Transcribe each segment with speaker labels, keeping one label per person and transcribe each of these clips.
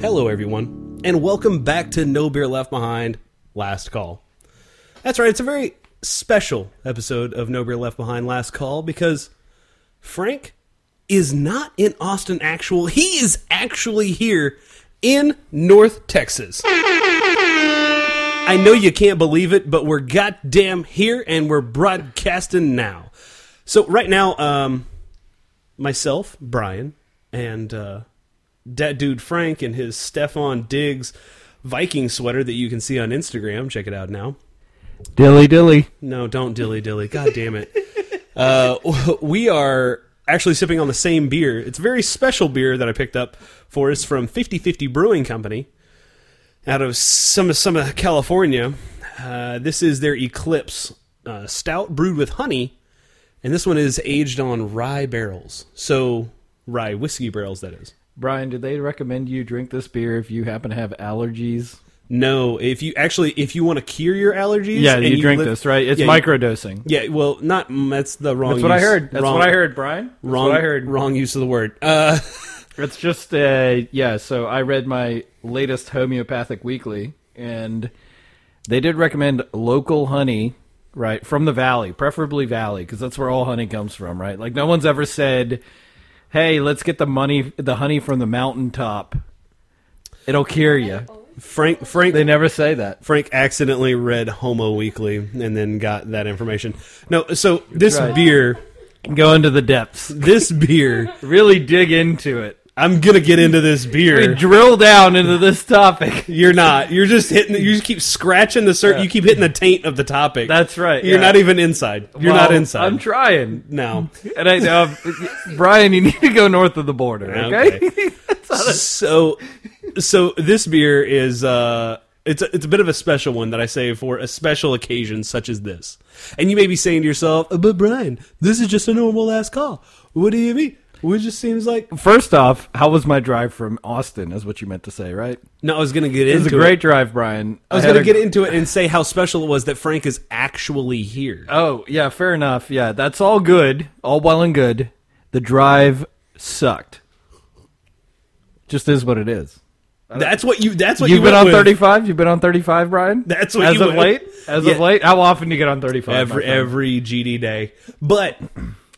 Speaker 1: Hello, everyone, and welcome back to No Beer Left Behind Last Call. That's right, it's a very special episode of No Beer Left Behind Last Call because Frank is not in Austin, actual. He is actually here in North Texas. I know you can't believe it, but we're goddamn here and we're broadcasting now. So, right now, um, myself, Brian, and. Uh, that dude Frank and his Stefan Diggs Viking sweater that you can see on Instagram. Check it out now.
Speaker 2: Dilly dilly.
Speaker 1: No, don't dilly dilly. God damn it. Uh, we are actually sipping on the same beer. It's a very special beer that I picked up for us from 5050 Brewing Company out of some some of California. Uh, this is their Eclipse uh, stout brewed with honey, and this one is aged on rye barrels. So rye whiskey barrels, that is.
Speaker 2: Brian, do they recommend you drink this beer if you happen to have allergies?
Speaker 1: No, if you actually if you want to cure your allergies,
Speaker 2: Yeah,
Speaker 1: and
Speaker 2: you, drink
Speaker 1: live-
Speaker 2: this, right? It's
Speaker 1: yeah, you-
Speaker 2: microdosing.
Speaker 1: Yeah, well, not mm, that's the wrong.
Speaker 2: That's what I
Speaker 1: use-
Speaker 2: heard. That's
Speaker 1: wrong-
Speaker 2: what I heard, Brian. That's
Speaker 1: Wrong,
Speaker 2: what I heard.
Speaker 1: Wrong use of the word. Uh,
Speaker 2: It's just uh yeah, so I read my latest homeopathic weekly and they did recommend local honey, right, from the valley, preferably valley because that's where all honey comes from, right? Like no one's ever said, "Hey, let's get the money the honey from the mountaintop. It'll cure you."
Speaker 1: Frank Frank
Speaker 2: They never say that.
Speaker 1: Frank accidentally read Homo Weekly and then got that information. No, so this
Speaker 2: right.
Speaker 1: beer,
Speaker 2: Go into the depths.
Speaker 1: this beer,
Speaker 2: Really dig into it.
Speaker 1: I'm gonna get into this
Speaker 2: We
Speaker 1: beer.
Speaker 2: drill down into this topic.
Speaker 1: You're not. You're just hitting. You just keep scratching the. Cir- You keep hitting the taint of the topic.
Speaker 2: That's right,
Speaker 1: You're
Speaker 2: yeah.
Speaker 1: not even inside. You're
Speaker 2: Well,
Speaker 1: not inside.
Speaker 2: I'm trying.
Speaker 1: no.
Speaker 2: And I know, Brian, you need to go north of the border. Okay.
Speaker 1: so so this beer is uh it's a, it's a bit of a special one that I save for a special occasion such as this. And you may be saying to yourself, "Uh, "But Brian, this is just a normal last call. What do you mean? It just seems like
Speaker 2: First off, how was my drive from Austin? Is what you meant to say, right?
Speaker 1: no." I was going to get
Speaker 2: It was a
Speaker 1: into
Speaker 2: great drive, Brian.
Speaker 1: I was going to get into it and say how special it was that Frank is actually here.
Speaker 2: Oh yeah, fair enough. Yeah, that's all good, all well and good. The drive sucked. Just is what it is.
Speaker 1: That's what you. That's what
Speaker 2: You've
Speaker 1: you
Speaker 2: been
Speaker 1: went
Speaker 2: on
Speaker 1: with.
Speaker 2: thirty five. You've been on thirty five, Brian.
Speaker 1: That's what
Speaker 2: as
Speaker 1: you
Speaker 2: of
Speaker 1: went-
Speaker 2: late. As
Speaker 1: Yeah.
Speaker 2: of late, how often do you get on thirty five?
Speaker 1: every every GD day, but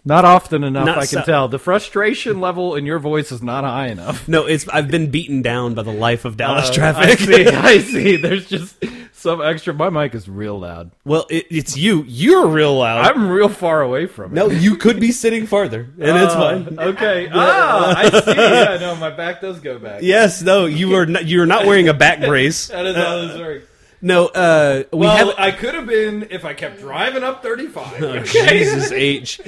Speaker 2: Not often enough,
Speaker 1: Not
Speaker 2: I can
Speaker 1: so-
Speaker 2: tell. The frustration level in your voice is not high enough.
Speaker 1: no, it's I've been beaten down by the life of Dallas
Speaker 2: Uh, I
Speaker 1: traffic.
Speaker 2: see. I see. There's just some extra. My mic is real loud.
Speaker 1: well, it, it's you. You're real loud.
Speaker 2: I'm real far away from it.
Speaker 1: No, you could be sitting farther, and it's fine.
Speaker 2: Okay. Ah, I see. Yeah, no, my back does go back.
Speaker 1: Yes, no, you are not. You're not wearing a back brace.
Speaker 2: That is how this works.
Speaker 1: No, uh, we
Speaker 2: Well,
Speaker 1: have.
Speaker 2: I could have been if I kept driving up 35. okay.
Speaker 1: Oh, Jesus H.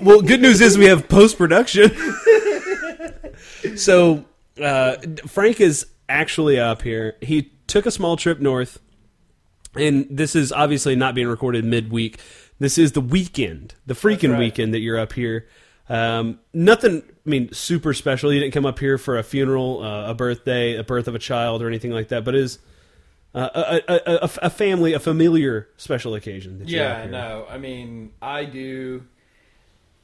Speaker 1: Well, good news is we have post production. so uh, Frank is actually up here. He took a small trip north, and this is obviously not being recorded midweek. This is the weekend, the freaking
Speaker 2: right.
Speaker 1: weekend that you're up here. Um, nothing. I mean, super special. You didn't come up here for a funeral, uh, a birthday, a birth of a child, or anything like that. But it is uh, a, a, a, a family, a familiar special occasion. That you're up
Speaker 2: Yeah,
Speaker 1: here.
Speaker 2: no. I mean, I do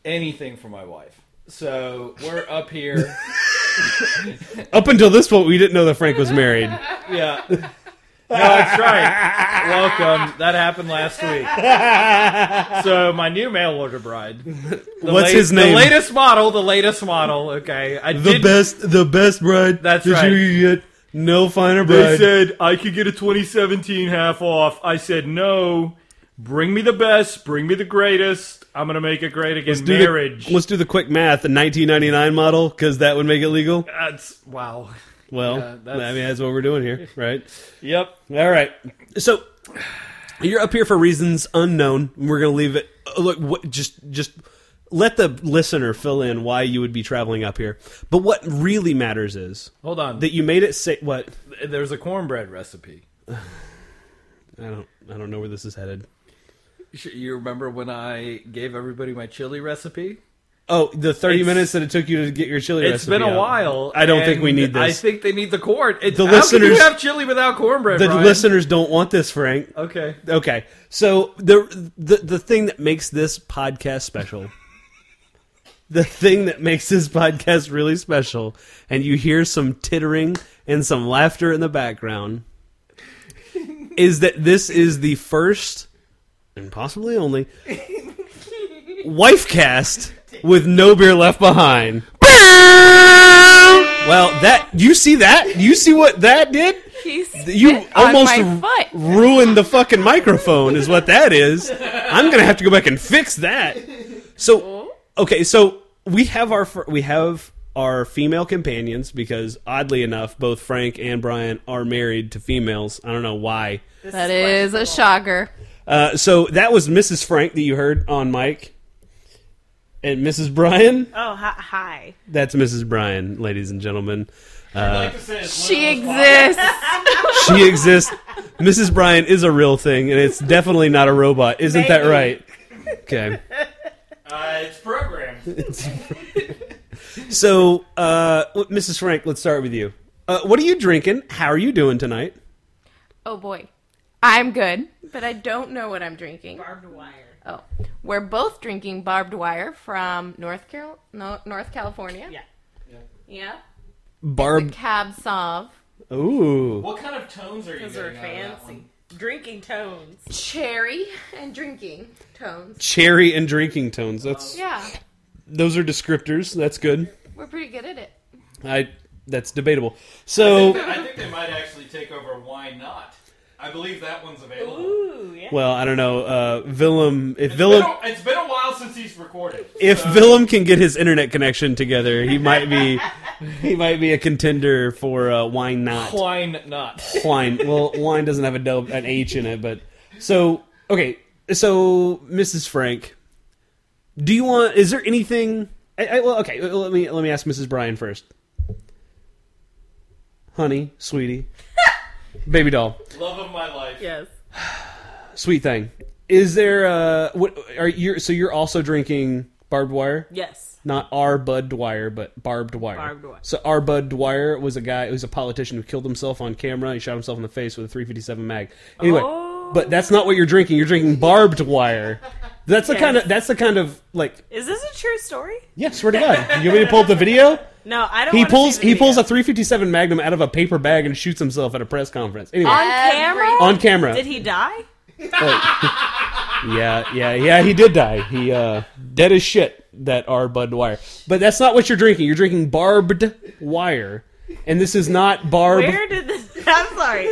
Speaker 2: anything for my wife. So we're up here.
Speaker 1: Up until this point, we didn't know that Frank was married.
Speaker 2: Yeah. No, that's right. Welcome. That happened last week. So my new mail order bride. The
Speaker 1: What's his name?
Speaker 2: The latest model. The latest model. Okay. I
Speaker 1: The
Speaker 2: did,
Speaker 1: best, the best bride.
Speaker 2: That's
Speaker 1: that
Speaker 2: right.
Speaker 1: You could get no finer
Speaker 2: They
Speaker 1: bride.
Speaker 2: said I could get a 2017 half off. I said no. Bring me the best. Bring me the greatest. I'm gonna make it great again.
Speaker 1: do the-
Speaker 2: Marriage.
Speaker 1: let's do the quick math. The 1999 model, because that would make it legal.
Speaker 2: that's wow.
Speaker 1: Well,
Speaker 2: Yeah, that's-
Speaker 1: I mean, that's what we're doing here, right?
Speaker 2: Yep.
Speaker 1: All right. So you're up here for reasons unknown. We're gonna leave it. uh, Look, what, just just let the listener fill in why you would be traveling up here. But what really matters is
Speaker 2: Hold on.
Speaker 1: that you made it. Say what?
Speaker 2: There's a cornbread recipe.
Speaker 1: I don't. I don't know where this is headed.
Speaker 2: Sh- You remember when I gave everybody my chili recipe?
Speaker 1: Oh, the thirty
Speaker 2: It's-
Speaker 1: minutes that it took you to get your chili.
Speaker 2: It's
Speaker 1: recipe
Speaker 2: been a
Speaker 1: out.
Speaker 2: while.
Speaker 1: I don't think
Speaker 2: and
Speaker 1: we need
Speaker 2: I
Speaker 1: this.
Speaker 2: think they need the corn. It's,
Speaker 1: The
Speaker 2: how can
Speaker 1: listeners-
Speaker 2: you have chili without cornbread,
Speaker 1: the
Speaker 2: Brian?
Speaker 1: listeners don't want this, Frank.
Speaker 2: Okay.
Speaker 1: Okay, so the the the thing that makes this podcast special, the thing that makes this podcast really special, and you hear some tittering and some laughter in the background, is that this is the first and possibly only wife cast with no beer left behind. Well, that you see that you see what that did.
Speaker 3: He's
Speaker 1: You
Speaker 3: on
Speaker 1: almost
Speaker 3: my foot.
Speaker 1: ruined the fucking microphone, is what that is. I'm gonna have to go back and fix that.
Speaker 3: Oh.
Speaker 1: So, okay, so we have our fir- we have our female companions because oddly enough, both Frank and Brian are married to females. I don't know why.
Speaker 3: That is a shocker.
Speaker 1: Uh, so that was Mrs. Frank that you heard on mic, and Mrs. Brian.
Speaker 4: Oh, hi. hi.
Speaker 1: That's Mrs. Brian, ladies and gentlemen.
Speaker 3: She exists.
Speaker 1: She exists. Mrs. Bryan is a real thing, and it's definitely not a robot. Isn't that
Speaker 4: Maybe.
Speaker 1: right? Okay.
Speaker 5: Uh, it's programmed.
Speaker 1: So, uh, w- Mrs. Frank, let's start with you. Uh, what are you drinking? How are you doing tonight?
Speaker 3: Oh boy. I'm good, but I don't know what I'm drinking.
Speaker 4: Barbed wire.
Speaker 3: Oh. We're both drinking barbed wire from North Carol no, North California.
Speaker 4: Yeah.
Speaker 3: Yeah.
Speaker 1: Barb.
Speaker 3: Cab Sauv.
Speaker 1: Ooh.
Speaker 5: What kind of tones are you
Speaker 4: Those are
Speaker 5: getting out of that
Speaker 4: fancy.
Speaker 5: one?
Speaker 4: Drinking tones.
Speaker 3: Cherry and drinking tones.
Speaker 1: Cherry and drinking tones. That's
Speaker 3: Yeah.
Speaker 1: those are descriptors. That's good.
Speaker 3: We're pretty good at it.
Speaker 1: I. That's debatable. So,
Speaker 5: I think they might actually take over. Why not? I believe that one's available.
Speaker 4: Ooh, yeah.
Speaker 1: well, I don't know. Uh, Willem, if
Speaker 5: It's been
Speaker 1: Willem,
Speaker 5: a- it's been a while since he's recorded.
Speaker 1: if
Speaker 5: so-
Speaker 1: Willem can get his internet connection together, he might be, he might be a contender for uh, why not.
Speaker 2: Wine not.
Speaker 1: wine. Well, wine doesn't have a del- an H in it, but so okay. So Mrs. Frank, do you want? Is there anything? I, I, well, okay. Let me let me ask Mrs. Bryan first. Honey, sweetie, baby doll,
Speaker 5: love of my life.
Speaker 4: Yes.
Speaker 1: sweet thing. Is there? Uh, what are you? So you're also drinking barbed wire?
Speaker 4: Yes.
Speaker 1: Not our Bud Dwyer, but barbed wire.
Speaker 4: Barbed wire.
Speaker 1: So our Bud Dwyer was a guy, who was a politician who killed himself on camera. He shot himself in the face with a 357 mag. Anyway,
Speaker 4: Oh.
Speaker 1: but that's not what you're drinking. You're drinking barbed wire. That's the kind of. That's the kind of like.
Speaker 4: Is this a true story?
Speaker 1: Yeah, swear to God. You want me to pull up the video?
Speaker 4: No, I don't.
Speaker 1: He
Speaker 4: wanna
Speaker 1: pulls.
Speaker 4: see the
Speaker 1: He pulls a
Speaker 4: video.
Speaker 1: 357 Magnum out of a paper bag and shoots himself at a press conference. Anyway,
Speaker 4: on camera.
Speaker 1: on camera.
Speaker 4: Did he die?
Speaker 1: Yeah, yeah, yeah. He did die. He uh, dead as shit. That are Bud Wire, but that's not what you're drinking. You're drinking barbed wire, and this is not barb
Speaker 4: Where did this? I'm sorry.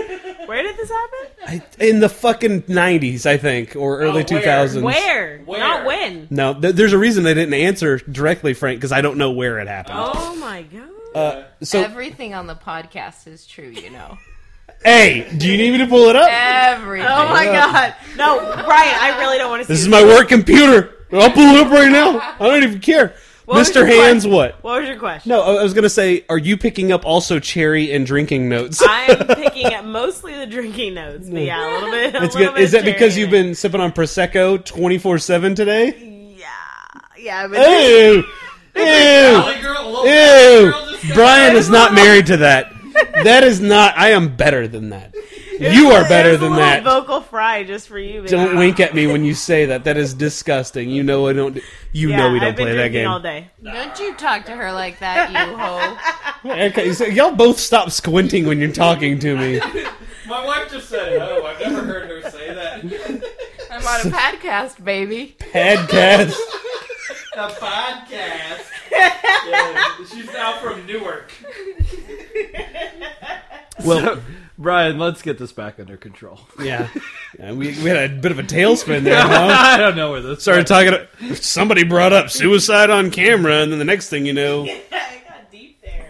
Speaker 4: Where did this happen?
Speaker 1: I- in the fucking '90s, I think, or early
Speaker 5: where?
Speaker 1: 2000s.
Speaker 4: Oh, Where?
Speaker 5: Where?
Speaker 4: Not when.
Speaker 1: No, th- there's a reason they didn't answer directly, Frank, because I don't know where it happened.
Speaker 4: Oh my god.
Speaker 1: Uh,
Speaker 4: Oh,
Speaker 1: so,
Speaker 3: Everything on the podcast is true, you know.
Speaker 1: hey, do you need me to pull it up?
Speaker 3: Everything.
Speaker 4: oh my god. No, Brian. I really don't want to see.
Speaker 1: This is my work computer. I'll pull it up right now. I don't even care.
Speaker 4: was
Speaker 1: Mr.
Speaker 4: your question?
Speaker 1: Hands, what?
Speaker 4: What was your question?
Speaker 1: No, I I was gonna say, are you picking up also cherry and drinking notes?
Speaker 4: I'm picking up mostly the drinking notes, but yeah, a little bit. A
Speaker 1: It's
Speaker 4: little
Speaker 1: good.
Speaker 4: bit
Speaker 1: Is that
Speaker 4: of cherry
Speaker 1: because
Speaker 4: in
Speaker 1: you've
Speaker 4: it.
Speaker 1: been sipping on prosecco twenty four seven today?
Speaker 4: Yeah, yeah. I've been
Speaker 1: Ew, ew,
Speaker 5: Valley girl, love
Speaker 1: ew.
Speaker 5: Valley girl, this guy-
Speaker 1: Brian is not married to that. That is not. I am better than that. You are better
Speaker 4: There's a
Speaker 1: than
Speaker 4: little
Speaker 1: that.
Speaker 4: Vocal fry just for you. Baby.
Speaker 1: Don't wink at me when you say that. That is disgusting. You know I don't. do- You
Speaker 4: Yeah,
Speaker 1: know we don't
Speaker 4: I've been
Speaker 1: play that
Speaker 4: drinking
Speaker 1: game.
Speaker 4: all day.
Speaker 3: Don't you talk to her like that, you hoe.
Speaker 1: Okay, so y'all both stop squinting when you're talking to me.
Speaker 5: My wife just said no. I've never heard her say that.
Speaker 3: I'm on a podcast, baby.
Speaker 1: Podcast.
Speaker 5: The podcast. Yeah, she's now from Newark.
Speaker 1: Well,
Speaker 2: Brian, let's get this back under control.
Speaker 1: yeah. Yeah, we, we had a bit of a tailspin there. Huh?
Speaker 2: I don't know where this
Speaker 1: started talking. Somebody brought up suicide on camera, and then the next thing you know,
Speaker 4: I got deep there.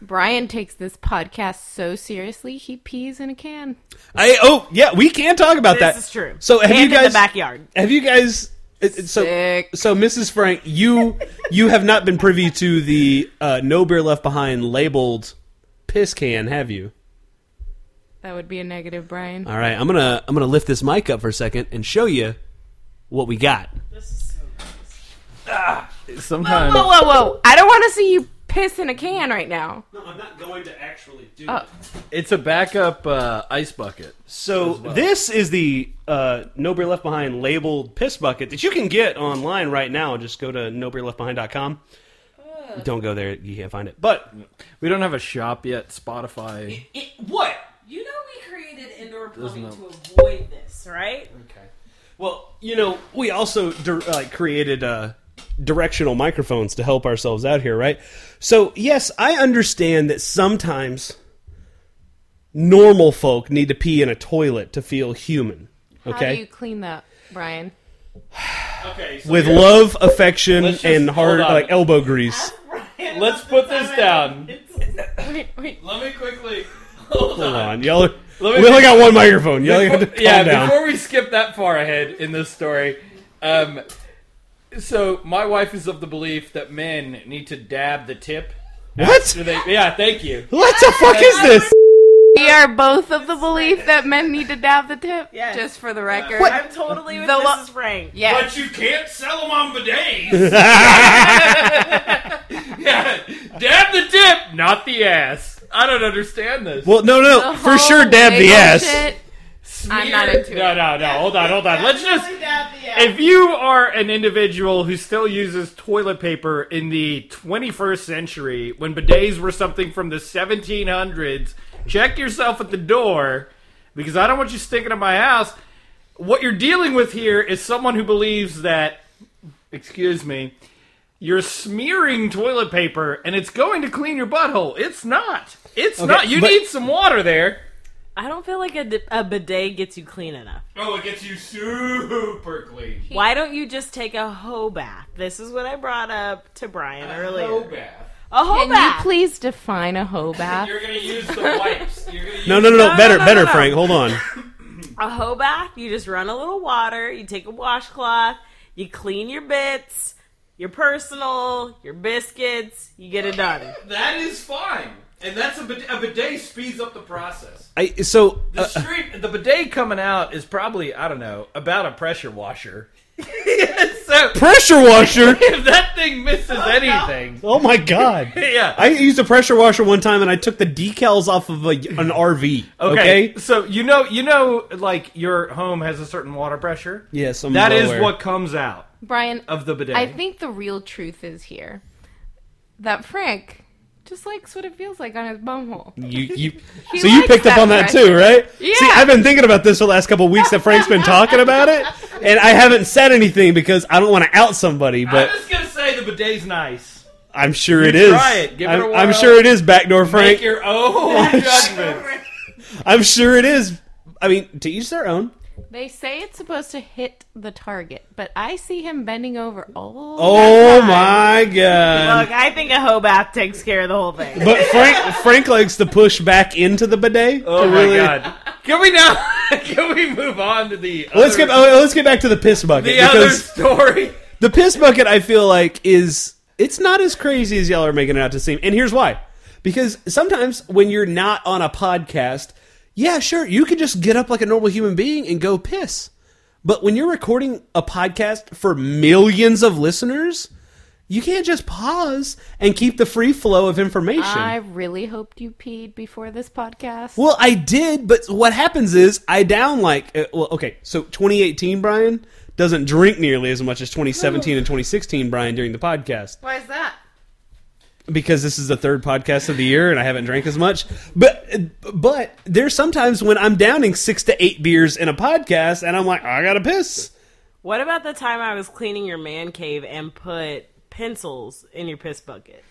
Speaker 3: Brian takes this podcast so seriously, he pees in a can.
Speaker 1: I oh yeah, we can talk about
Speaker 4: This
Speaker 1: that.
Speaker 4: is true.
Speaker 1: So have
Speaker 4: and
Speaker 1: you
Speaker 4: in
Speaker 1: guys?
Speaker 4: the backyard?
Speaker 1: Have you guys? it- it- so
Speaker 3: Sick.
Speaker 1: so Mrs. Frank, you you have not been privy to the uh, No Beer Left Behind labeled piss can, have you?
Speaker 3: That would be a negative, Brian.
Speaker 1: All right, I'm gonna I'm gonna lift this mic up for a second and show you what we got.
Speaker 4: This is so
Speaker 3: Whoa,
Speaker 2: Sometimes
Speaker 3: whoa, whoa, whoa! I don't want to see you piss in a can right now.
Speaker 1: No, I'm not going to actually do.
Speaker 3: Oh.
Speaker 2: it's a backup uh, ice bucket.
Speaker 1: So this is the uh, No Beer Left Behind labeled piss bucket that you can get online right now. Just go to nobeerleftbehind.com. Don't go there; you can't find it. But
Speaker 2: We don't have a shop yet. Spotify.
Speaker 5: It, what?
Speaker 4: You know we created indoor plumbing
Speaker 2: Doesn't
Speaker 4: to avoid this, right?
Speaker 1: okay, well, you know, we also dir- like created uh, directional microphones to help ourselves out here, right? So yes, I understand that sometimes normal folk need to pee in a toilet to feel human.
Speaker 3: How
Speaker 1: Okay,
Speaker 3: do you clean that, Brian?
Speaker 5: Okay. So
Speaker 1: with
Speaker 5: here's-
Speaker 1: love, affection,
Speaker 2: Let's just-
Speaker 1: and hard
Speaker 2: hold on.
Speaker 1: like elbow grease.
Speaker 2: Let's put this down.
Speaker 3: Wait, wait.
Speaker 5: Let me quickly. Hold,
Speaker 1: Hold
Speaker 5: on.
Speaker 1: on, y'all. Are,
Speaker 2: Let me-
Speaker 1: we only got one microphone. Y'all got to calm
Speaker 2: yeah,
Speaker 1: down.
Speaker 2: before we skip that far ahead in this story, um, so my wife is of the belief that men need to dab the tip.
Speaker 1: what?
Speaker 2: Do they, yeah, thank you.
Speaker 1: What the fuck is this?
Speaker 3: We are both of the belief that men need to dab the tip.
Speaker 4: Yes.
Speaker 3: Just for the record.
Speaker 4: I'm totally with
Speaker 3: The lo-
Speaker 4: Mrs. Frank.
Speaker 3: Yeah.
Speaker 5: But you can't sell them on bidets.
Speaker 2: Yeah, dab the tip, not the ass. I don't understand this.
Speaker 1: Well, no, no,
Speaker 3: The
Speaker 1: for sure,
Speaker 3: whole
Speaker 1: dab the
Speaker 3: label
Speaker 1: ass.
Speaker 3: shit. I'm not
Speaker 2: Smear-
Speaker 3: into
Speaker 2: no,
Speaker 3: it.
Speaker 2: No, no, Hold on, hold on. Let's just.
Speaker 4: If
Speaker 2: If you are an individual who still uses toilet paper in the 21st century, when bidets were something from the 1700s, check yourself at the door because I don't want you sticking in my house. What you're dealing with here is someone who believes that, excuse me, you're smearing toilet paper and it's going to clean your butthole. It's not. It's not. You
Speaker 1: but-
Speaker 2: need some water there.
Speaker 4: I don't feel like a, d- a bidet gets you clean enough.
Speaker 5: oh, it gets you super clean.
Speaker 4: Why don't you just take a hoe bath? This is what I brought up to Brian earlier.
Speaker 5: No bath.
Speaker 4: A hoe
Speaker 3: Can
Speaker 4: bath.
Speaker 3: you please define a hoe bath?
Speaker 5: You're gonna use the wipes. You're gonna use
Speaker 1: No, no, no, no,
Speaker 4: no,
Speaker 1: better,
Speaker 4: no,
Speaker 1: better,
Speaker 4: no.
Speaker 1: Frank. Hold on.
Speaker 4: a hoe bath, you just run a little water, you take a washcloth, you clean your bits, your personal, your biscuits, you get it done.
Speaker 5: That is fine, and that's a bidet, a bidet speeds up the process.
Speaker 1: I so
Speaker 5: The
Speaker 1: uh,
Speaker 5: street,
Speaker 2: the bidet coming out is probably I don't know about a pressure washer. so
Speaker 1: pressure washer.
Speaker 2: if that thing misses anything,
Speaker 1: Oh my god.
Speaker 2: yeah.
Speaker 1: I used a pressure washer one time, and I took the decals off of a, an RV. Okay.
Speaker 2: so you know, you know, like your home has a certain water pressure.
Speaker 1: Yes, I'm
Speaker 2: That
Speaker 1: well
Speaker 2: is
Speaker 1: aware.
Speaker 2: what comes out
Speaker 3: Brian,
Speaker 2: of the bidet.
Speaker 3: I think the real truth is here that Frank just likes what it feels like on his bumhole.
Speaker 1: you. you
Speaker 3: He
Speaker 1: so you
Speaker 3: likes
Speaker 1: picked up
Speaker 3: that
Speaker 1: on that
Speaker 3: pressure.
Speaker 1: too, right?
Speaker 3: Yeah.
Speaker 1: See, I've been thinking about this the last couple weeks that Frank's been talking about it, and I haven't said anything because I don't want to out somebody. But
Speaker 2: I'm just gonna say the bidet's nice.
Speaker 1: I'm sure it
Speaker 2: You
Speaker 1: is.
Speaker 2: try it. Give it a
Speaker 1: I'm, I'm
Speaker 2: whirl.
Speaker 1: sure it is backdoor
Speaker 2: Make
Speaker 1: Frank.
Speaker 2: your own judgment.
Speaker 1: I'm sure it is. I mean, to each their own.
Speaker 3: They say it's supposed to hit the target, but I see him bending over all
Speaker 1: Oh
Speaker 3: the time.
Speaker 1: my god!
Speaker 4: Look, I think a hoe bath takes care of the whole thing.
Speaker 1: But Frank Frank likes to push back into the bidet.
Speaker 2: Oh
Speaker 1: to
Speaker 2: my
Speaker 1: really-
Speaker 2: god! Can we now? Can we move on to the?
Speaker 1: Let's
Speaker 2: other,
Speaker 1: get oh, let's get back to the piss bucket
Speaker 2: the other
Speaker 1: because
Speaker 2: story.
Speaker 1: the piss bucket I feel like is it's not as crazy as y'all are making it out to seem. And here's why. Because sometimes when you're not on a podcast, yeah, sure, you can just get up like a normal human being and go piss. But when you're recording a podcast for millions of listeners, you can't just pause and keep the free flow of information.
Speaker 3: I really hoped you peed before this podcast.
Speaker 1: Well, I did, but what happens is I down like uh, well, okay. So 2018 Brian doesn't drink nearly as much as 2017 and 2016 Brian during the podcast
Speaker 3: Why is that?
Speaker 1: because this is the third podcast of the year and I haven't drank as much. But but there's sometimes when I'm downing 6 to 8 beers in a podcast and I'm like, I got to piss.
Speaker 4: What about the time I was cleaning your man cave and put pencils in your piss bucket?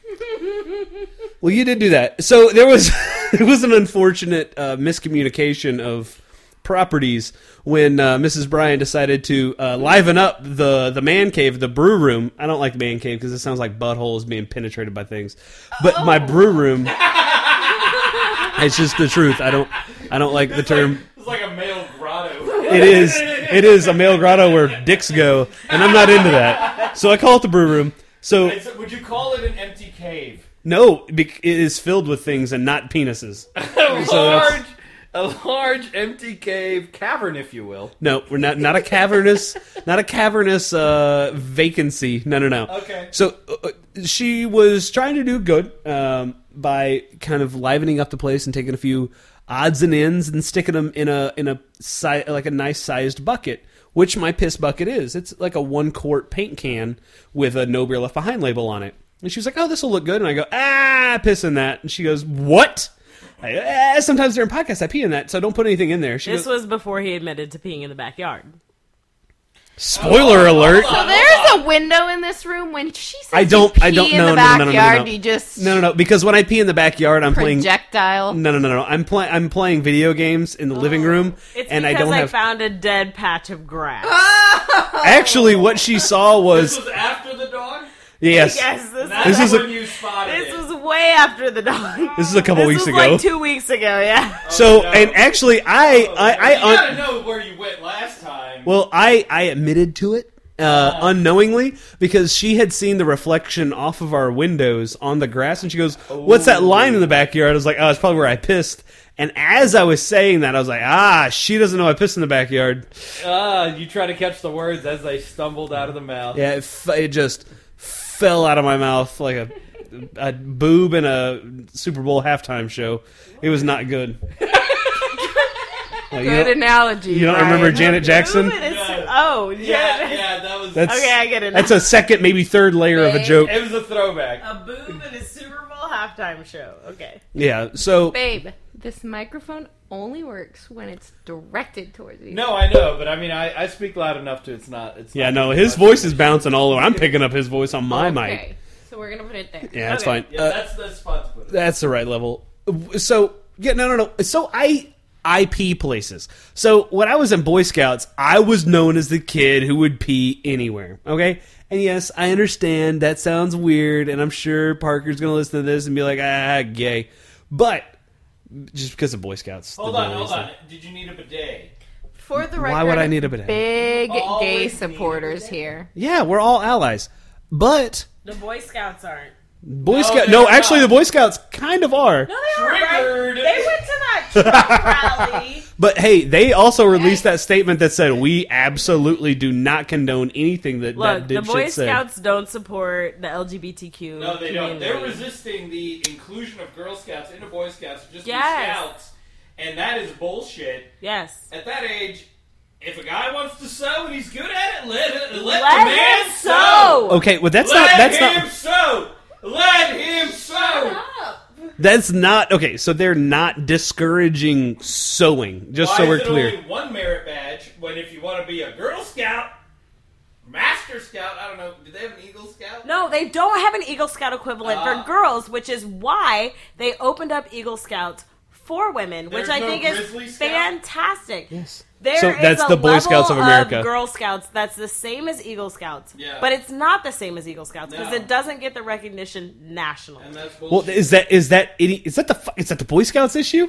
Speaker 1: Well, you did do that. So there was there was an unfortunate uh, miscommunication of properties when uh, Mrs. Bryan decided to uh, liven up the the man cave, the brew room. I don't like man cave because it sounds like buttholes being penetrated by things. But my brew room, it's just the truth. I don't I don't like the term.
Speaker 5: it's like a male grotto.
Speaker 1: It is it is a male grotto where dicks go, and I'm not into that. So I call it the brew room. So
Speaker 5: It's, would you call it an empty cave?
Speaker 1: no, bec- it is filled with things and not penises.
Speaker 2: a large a large empty cave cavern, if you will.
Speaker 1: No, we're not not a cavernous, not a cavernous uh, vacancy. No, no, no.
Speaker 2: Okay.
Speaker 1: So uh, uh, she was trying to do good um, by kind of livening up the place and taking a few odds and ends and sticking them in a in a si- like a nice sized bucket, which my piss bucket is. It's like a one quart paint can with a no beer left behind label on it. And she was like, "Oh, this will look good." And I go, "Ah, piss in that." And she goes, "What?" I, go, "Ah, sometimes during podcasts, I pee in that, so don't put anything in there. She
Speaker 4: This
Speaker 1: goes,
Speaker 4: was before he admitted to peeing in the backyard.
Speaker 1: Spoiler
Speaker 4: Oh,
Speaker 1: alert.
Speaker 3: So there's a window in this room when she says
Speaker 1: I don't-
Speaker 3: you
Speaker 1: I don't-
Speaker 3: pee
Speaker 1: no,
Speaker 3: in the
Speaker 1: no, no, no, no, no,
Speaker 3: backyard,
Speaker 1: no.
Speaker 3: you just
Speaker 1: No, no, no. Because when I pee in the backyard, I'm playing.
Speaker 3: projectile.
Speaker 1: No, no, no, no. I'm playing. I'm playing video games in the living room,
Speaker 4: Oh. It's
Speaker 1: and I
Speaker 4: because
Speaker 1: don't
Speaker 4: I,
Speaker 1: have.
Speaker 4: found a dead patch of grass.
Speaker 3: Ah,
Speaker 1: Actually, what she saw
Speaker 5: This
Speaker 1: was
Speaker 5: was after the dog.
Speaker 1: yes.
Speaker 4: yes, this,
Speaker 5: That's
Speaker 1: is
Speaker 5: when
Speaker 1: a-
Speaker 5: you spotted
Speaker 4: this
Speaker 5: it.
Speaker 4: was way after the dog.
Speaker 1: This is a couple
Speaker 4: This
Speaker 1: weeks
Speaker 4: was
Speaker 1: ago.
Speaker 4: like two weeks ago, yeah.
Speaker 3: Oh.
Speaker 1: so,
Speaker 5: no.
Speaker 1: and actually, I, I, I,
Speaker 5: you gotta
Speaker 1: un-
Speaker 5: know where you went last time.
Speaker 1: well, I, I admitted to it. Uh,
Speaker 4: Oh.
Speaker 1: unknowingly, because she had seen the reflection off of our windows on the grass, and she goes, "What's that line in the backyard?" I was like, "Oh, it's probably where I pissed." And as I was saying that, I was like, "Ah, she doesn't know I pissed in the backyard."
Speaker 2: Ah, you try to catch the words as they stumbled out of the mouth.
Speaker 1: Yeah, it, f- it just fell out of my mouth like a a boob in a Super Bowl halftime show. It was not good. Like, you
Speaker 3: Good
Speaker 1: don't,
Speaker 3: analogy.
Speaker 1: you don't
Speaker 3: Ryan.
Speaker 1: remember Janet Jackson?
Speaker 4: Ooh, it is- oh, yeah.
Speaker 5: yeah, yeah, that was.
Speaker 1: That's
Speaker 4: Okay, I get it.
Speaker 1: that's a second, maybe third layer of a joke.
Speaker 2: It was a throwback.
Speaker 4: a boob in a Super Bowl halftime show. Okay.
Speaker 1: Yeah. So
Speaker 3: Babe, this microphone only works when it's directed towards you.
Speaker 2: No, I know, but I mean, I, I speak loud enough to it's not. It's
Speaker 1: yeah,
Speaker 2: not-
Speaker 1: no, his voice is bouncing all over. I'm picking up his voice on my mic.
Speaker 3: Okay, so we're gonna put it there.
Speaker 1: Yeah, that's
Speaker 4: Okay.
Speaker 1: fine.
Speaker 5: yeah,
Speaker 1: Uh,
Speaker 5: that's the spot to put it.
Speaker 1: That's the right level. So yeah, no, no, no. So I I pee places. So when I was in Boy Scouts, I was known as the kid who would pee anywhere. Okay, and yes, I understand that sounds weird, and I'm sure Parker's gonna listen to this and be like, ah, gay. But just because of Boy Scouts,
Speaker 5: Hold
Speaker 1: the
Speaker 5: on,
Speaker 1: real
Speaker 5: hold
Speaker 1: reason.
Speaker 5: on. Did you need a bidet?
Speaker 3: For the record,
Speaker 1: Why would I need a bidet?
Speaker 3: Big
Speaker 5: Always
Speaker 3: gay
Speaker 5: need a
Speaker 3: supporters
Speaker 5: bidet.
Speaker 3: here.
Speaker 1: Yeah, we're all allies, but
Speaker 4: The Boy Scouts aren't.
Speaker 1: Boy
Speaker 5: No,
Speaker 1: Scout.
Speaker 5: they're
Speaker 1: No,
Speaker 5: not.
Speaker 1: actually, the Boy Scouts kind of are.
Speaker 4: No, they aren't.
Speaker 5: Triggered.
Speaker 4: Right? They went to that truck rally.
Speaker 1: But hey, they also released that statement that said we absolutely do not condone anything that
Speaker 4: Look,
Speaker 1: that
Speaker 4: the
Speaker 1: did
Speaker 4: Boy
Speaker 1: shit said.
Speaker 4: Scouts don't support the LGBTQ.
Speaker 5: No, they don't.
Speaker 4: community.
Speaker 5: They're resisting the inclusion of Girl Scouts into Boy Scouts just
Speaker 4: Yes.
Speaker 5: be Scouts, and that is bullshit.
Speaker 4: Yes.
Speaker 5: At that age, if a guy wants to sew and he's good at it, let let,
Speaker 4: Let
Speaker 5: the man
Speaker 4: him
Speaker 5: sew.
Speaker 4: sew.
Speaker 1: Okay, well that's
Speaker 5: let
Speaker 1: not that's
Speaker 5: him
Speaker 1: not
Speaker 5: sew. Let him sew.
Speaker 1: that's not okay. So they're not discouraging sewing. Just
Speaker 5: Why
Speaker 1: so
Speaker 5: is
Speaker 1: we're
Speaker 5: it
Speaker 1: clear.
Speaker 5: only one merit badge when if you want to be a Girl Scout, Master Scout, I don't know, do they have an Eagle Scout?
Speaker 4: No, they don't have an Eagle Scout equivalent
Speaker 5: Ah.
Speaker 4: for girls, which is why they opened up Eagle Scouts for women,
Speaker 5: There's
Speaker 4: which I
Speaker 5: no
Speaker 4: think
Speaker 5: Grizzly
Speaker 4: is
Speaker 5: Scout?
Speaker 4: fantastic.
Speaker 1: Yes.
Speaker 4: There
Speaker 1: So
Speaker 4: is
Speaker 1: that's
Speaker 4: a
Speaker 1: the Boy Scouts
Speaker 4: level
Speaker 1: of America.
Speaker 4: Girl Scouts that's the same as Eagle Scouts,
Speaker 5: Yeah.
Speaker 4: but it's not the same as Eagle Scouts because
Speaker 5: No.
Speaker 4: it doesn't get the recognition nationally.
Speaker 5: And that's
Speaker 1: well,
Speaker 5: bullshit.
Speaker 1: is that is that any, is that the fu- is that the Boy Scouts issue?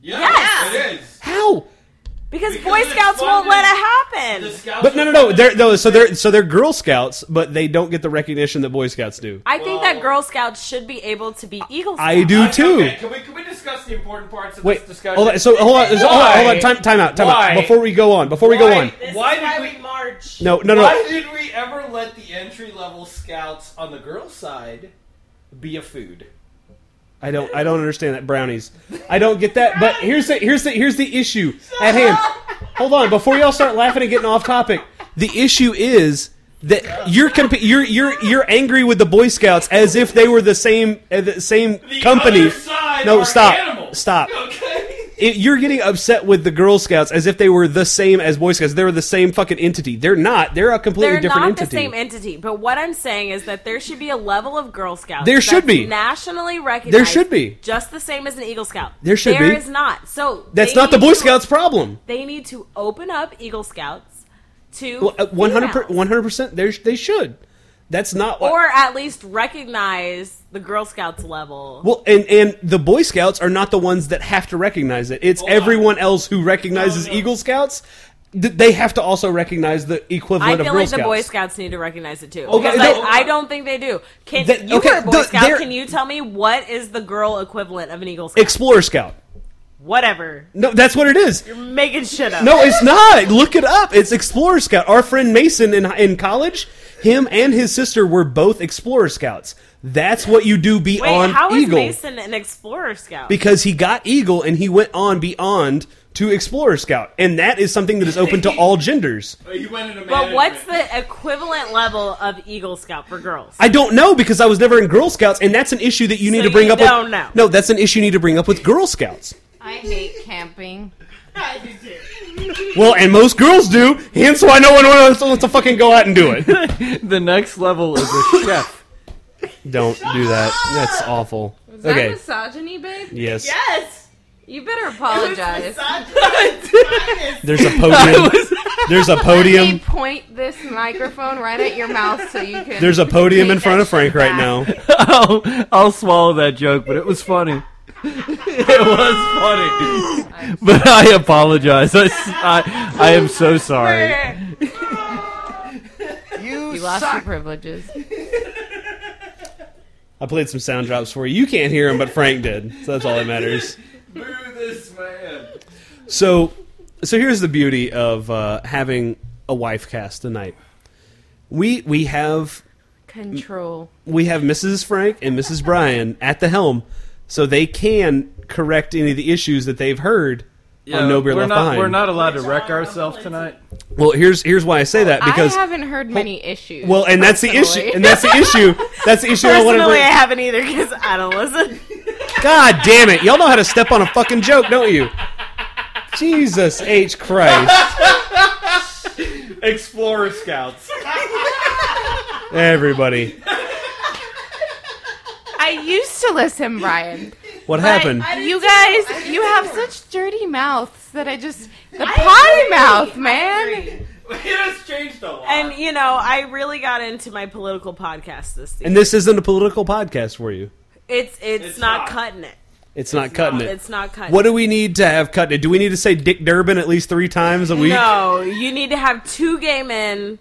Speaker 5: yeah,
Speaker 4: Yes!
Speaker 5: it is.
Speaker 1: How?
Speaker 4: Because,
Speaker 5: Because
Speaker 4: Boy
Speaker 5: it's
Speaker 4: Scouts won't
Speaker 5: funded-
Speaker 4: let it
Speaker 5: The
Speaker 4: happen.
Speaker 5: Scouts
Speaker 1: But no,
Speaker 5: are
Speaker 1: no, no.
Speaker 5: funded-
Speaker 1: They're no. So they're so they're Girl Scouts, but they don't get the recognition that Boy Scouts do.
Speaker 4: I think that
Speaker 5: Well-
Speaker 4: Girl Scouts should be able to be Eagle Scouts.
Speaker 1: I do too.
Speaker 5: Okay, can we can we discuss the important parts of
Speaker 1: Wait,
Speaker 5: this discussion?
Speaker 1: hold on. So hold on, hold on, hold on.
Speaker 2: Why?
Speaker 1: Time, time out, time
Speaker 2: Why?
Speaker 1: out. Before we go on, before we go
Speaker 5: Why?
Speaker 1: on.
Speaker 4: This
Speaker 2: Why
Speaker 4: is
Speaker 2: did
Speaker 4: why
Speaker 2: we-
Speaker 4: we march?
Speaker 1: No, no, no.
Speaker 2: Why did we ever let the entry level scouts on the girl side be a food?
Speaker 1: I don't I don't understand that brownies. I don't get that. But here's the here's the here's the issue at hand. Hold on, before y'all start laughing and getting off topic, the issue is that you're comp- you're you're you're angry with the Boy Scouts as if they were the same uh, the same
Speaker 5: The
Speaker 1: company.
Speaker 5: other side
Speaker 1: No,
Speaker 5: are
Speaker 1: stop.
Speaker 5: animals.
Speaker 1: Stop.
Speaker 5: Okay.
Speaker 1: It- you're getting upset with the Girl Scouts as if they were the same as Boy Scouts. They were the same fucking entity. They're not. They're a completely
Speaker 4: They're
Speaker 1: different
Speaker 4: not
Speaker 1: entity.
Speaker 4: the same entity, but what I'm saying is that there should be a level of Girl Scouts.
Speaker 1: There should
Speaker 4: that's
Speaker 1: be.
Speaker 4: nationally recognized.
Speaker 1: There should be.
Speaker 4: just the same as an Eagle Scout.
Speaker 1: There should
Speaker 4: There
Speaker 1: be.
Speaker 4: is not. So
Speaker 1: That's
Speaker 4: they
Speaker 1: not the
Speaker 4: need
Speaker 1: Boy
Speaker 4: to-
Speaker 1: Scouts' problem.
Speaker 4: They need to open up Eagle Scouts to
Speaker 1: Well, uh, 100
Speaker 4: females.
Speaker 1: percent. They should. That's not what.
Speaker 4: or at least recognize the Girl Scouts level.
Speaker 1: Well, and and the Boy Scouts are not the ones that have to recognize it. It's
Speaker 5: Hold on.
Speaker 1: everyone else who recognizes
Speaker 5: Oh, No, no.
Speaker 1: Eagle Scouts. Th- they have to also recognize the equivalent
Speaker 4: I
Speaker 1: of
Speaker 4: feel
Speaker 1: Girl
Speaker 4: like
Speaker 1: Scouts.
Speaker 4: the Boy Scouts need to recognize it too.
Speaker 1: Okay,
Speaker 4: because
Speaker 1: no-
Speaker 4: I, I don't think they do. Can
Speaker 1: That-
Speaker 4: you
Speaker 1: okay,
Speaker 4: were a Boy
Speaker 1: the-
Speaker 4: Scout?
Speaker 1: they're-
Speaker 4: Can you tell me what is the girl equivalent of an Eagle Scout?
Speaker 1: Explorer Scout.
Speaker 4: Whatever.
Speaker 1: No, that's what it is.
Speaker 4: You're making shit up.
Speaker 1: No, it's not. Look it up. It's Explorer Scout. Our friend Mason in, in college, him and his sister were both Explorer Scouts. That's what you do
Speaker 4: Wait,
Speaker 1: beyond
Speaker 4: how is
Speaker 1: Eagle.
Speaker 4: Mason an Explorer Scout?
Speaker 1: Because he got Eagle and he went on beyond to Explorer Scout. And that is something that is open to all genders.
Speaker 5: But you went into
Speaker 4: but
Speaker 5: management.
Speaker 4: what's the equivalent level of Eagle Scout for girls?
Speaker 1: I don't know because I was never in Girl Scouts, and that's an issue that you need
Speaker 4: So
Speaker 1: to bring
Speaker 4: you
Speaker 1: up.
Speaker 4: don't
Speaker 1: with,
Speaker 4: know.
Speaker 1: No, that's an issue you need to bring up with Girl Scouts.
Speaker 3: I hate camping.
Speaker 1: Well, and most girls do, hence why no one wants wants to fucking go out and do it.
Speaker 2: The next level is a chef.
Speaker 1: don't do that. That's awful.
Speaker 3: Is
Speaker 1: Okay.
Speaker 3: that misogyny, babe?
Speaker 1: Yes.
Speaker 4: Yes.
Speaker 3: You better apologize.
Speaker 1: There's a podium. There's a
Speaker 3: Let me
Speaker 1: podium.
Speaker 3: point this microphone right at your mouth so you can.
Speaker 1: There's a podium in
Speaker 3: take
Speaker 1: front
Speaker 3: that
Speaker 1: of Frank
Speaker 3: shit
Speaker 1: right
Speaker 3: back.
Speaker 1: now.
Speaker 2: I'll, I'll swallow that joke, but it was funny. It was funny, but I apologize. I, s- I- I am so sorry.
Speaker 3: You lost your privileges.
Speaker 1: I played some sound drops for you. You can't hear them, but Frank did. So that's all that matters.
Speaker 5: Boo this man.
Speaker 1: So, so here's the beauty of uh, having a wife cast tonight. We we have
Speaker 3: Control.
Speaker 1: we have Mrs. Frank and Mrs. Brian at the helm, so they can correct any of the issues that they've heard on No Beer
Speaker 2: we're
Speaker 1: Left
Speaker 2: not
Speaker 1: Behind.
Speaker 2: we're not allowed to wreck ourselves tonight.
Speaker 1: Well, here's here's why I say that because
Speaker 3: I haven't heard many issues.
Speaker 1: well, and that's the issue,
Speaker 3: personally.
Speaker 1: and that's the issue, that's the issue I want to
Speaker 4: Personally,
Speaker 1: bring.
Speaker 4: I haven't either because I don't listen.
Speaker 1: God damn it, y'all know how to step on a fucking joke, don't you? Jesus H Christ,
Speaker 2: Explorer Scouts.
Speaker 1: everybody,
Speaker 3: I used to listen, Brian.
Speaker 1: what happened?
Speaker 3: You guys, you have such dirty mouths that I just the potty mouth, man.
Speaker 5: It has changed a lot.
Speaker 4: And you know, I really got into my political podcast this season.
Speaker 1: and this isn't a political podcast for you.
Speaker 4: it's, it's
Speaker 5: It's
Speaker 4: not,
Speaker 5: not.
Speaker 4: cutting it.
Speaker 1: It's not cutting it.
Speaker 4: It's not cutting.
Speaker 1: What
Speaker 4: it.
Speaker 1: do we need to have cut it? Do we need to say Dick Durbin at least three times a week?
Speaker 4: No, you need to have two gay men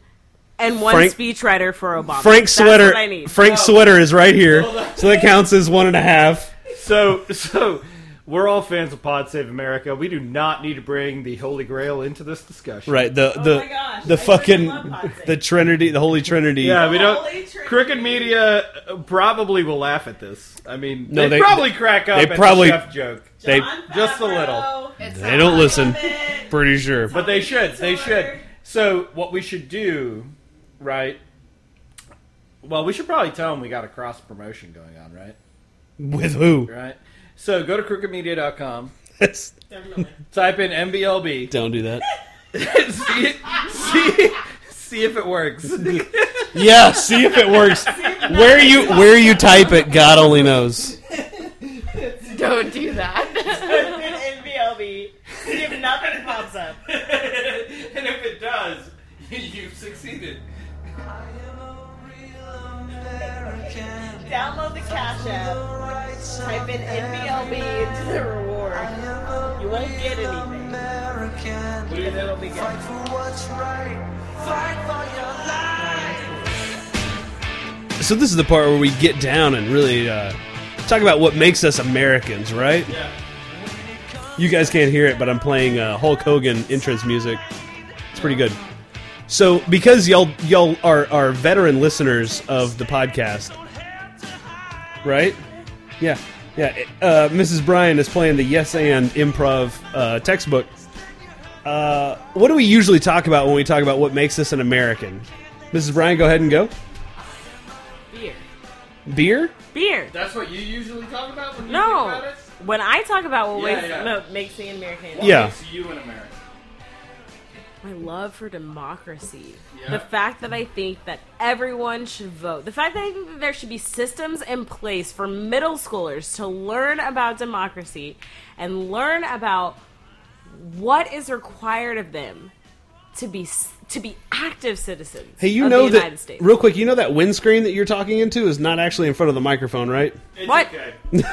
Speaker 4: and one
Speaker 1: Frank-
Speaker 4: speechwriter for Obama.
Speaker 1: Frank
Speaker 4: That's
Speaker 1: sweater.
Speaker 4: what I need.
Speaker 1: Frank sweater is right here, so that counts as one and a half.
Speaker 2: So so we're all fans of Pod Save America. We do not need to bring the Holy Grail into this discussion.
Speaker 1: Right. The the
Speaker 4: Oh my gosh,
Speaker 1: the
Speaker 4: I
Speaker 1: fucking
Speaker 4: freaking love Hot Take.
Speaker 1: the Trinity, the Holy Trinity.
Speaker 2: Yeah, we don't.
Speaker 4: Holy Trinity.
Speaker 2: Crooked media uh, probably will laugh at this. I mean,
Speaker 1: No,
Speaker 2: they,
Speaker 1: they-
Speaker 2: probably crack up
Speaker 1: they
Speaker 2: at the
Speaker 1: probably-
Speaker 2: chef joke,
Speaker 1: They
Speaker 2: just a little.
Speaker 1: they don't listen. Pretty sure.
Speaker 2: but they should. They should.
Speaker 4: Sorry.
Speaker 2: So what we should do, right? Well, we should probably tell them we got a cross promotion going on, right?
Speaker 1: With who?
Speaker 2: Right. So go to crookedmedia.com,
Speaker 1: That's-
Speaker 2: type in MBLB,
Speaker 1: don't do that.
Speaker 2: see, see, see if it works.
Speaker 1: Yeah. See if it works. Where you where you type it, God only knows.
Speaker 3: Don't do that.
Speaker 4: NVLB. See if nothing pops up.
Speaker 5: and if it does, you've succeeded.
Speaker 4: Download the Cash App. Type in NVLB into the reward. You won't get anything.
Speaker 5: What do you think?
Speaker 1: So this is the part where we get down and really uh, talk about what makes us Americans, right?
Speaker 5: Yeah.
Speaker 1: You guys can't hear it, but I'm playing uh, Hulk Hogan entrance music. It's pretty good. So, because y'all y'all are, are veteran listeners of the podcast, right? Yeah, yeah. Uh, Mrs. Bryan is playing the Yes and Improv uh, textbook. Uh, what do we usually talk about when we talk about what makes us an American? Mrs. Bryan, go ahead and go.
Speaker 4: Beer.
Speaker 1: Beer.
Speaker 4: Beer.
Speaker 5: That's what you usually talk about when you think about
Speaker 4: No.
Speaker 5: it?
Speaker 4: When I talk about what
Speaker 5: Yeah,
Speaker 4: makes,
Speaker 5: yeah.
Speaker 4: no, makes me an American,
Speaker 5: What
Speaker 1: Yeah.
Speaker 5: makes you an American?
Speaker 4: my love for democracy.
Speaker 5: Yeah.
Speaker 4: The fact that I think that everyone should vote. The fact that I think that there should be systems in place for middle schoolers to learn about democracy and learn about what is required of them to be s- to be active citizens
Speaker 1: Hey, you
Speaker 4: of
Speaker 1: know
Speaker 4: the
Speaker 1: that
Speaker 4: United States.
Speaker 1: real quick. You know that windscreen that you're talking into is not actually in front of the microphone, right?
Speaker 5: It's
Speaker 4: What?
Speaker 5: okay. It's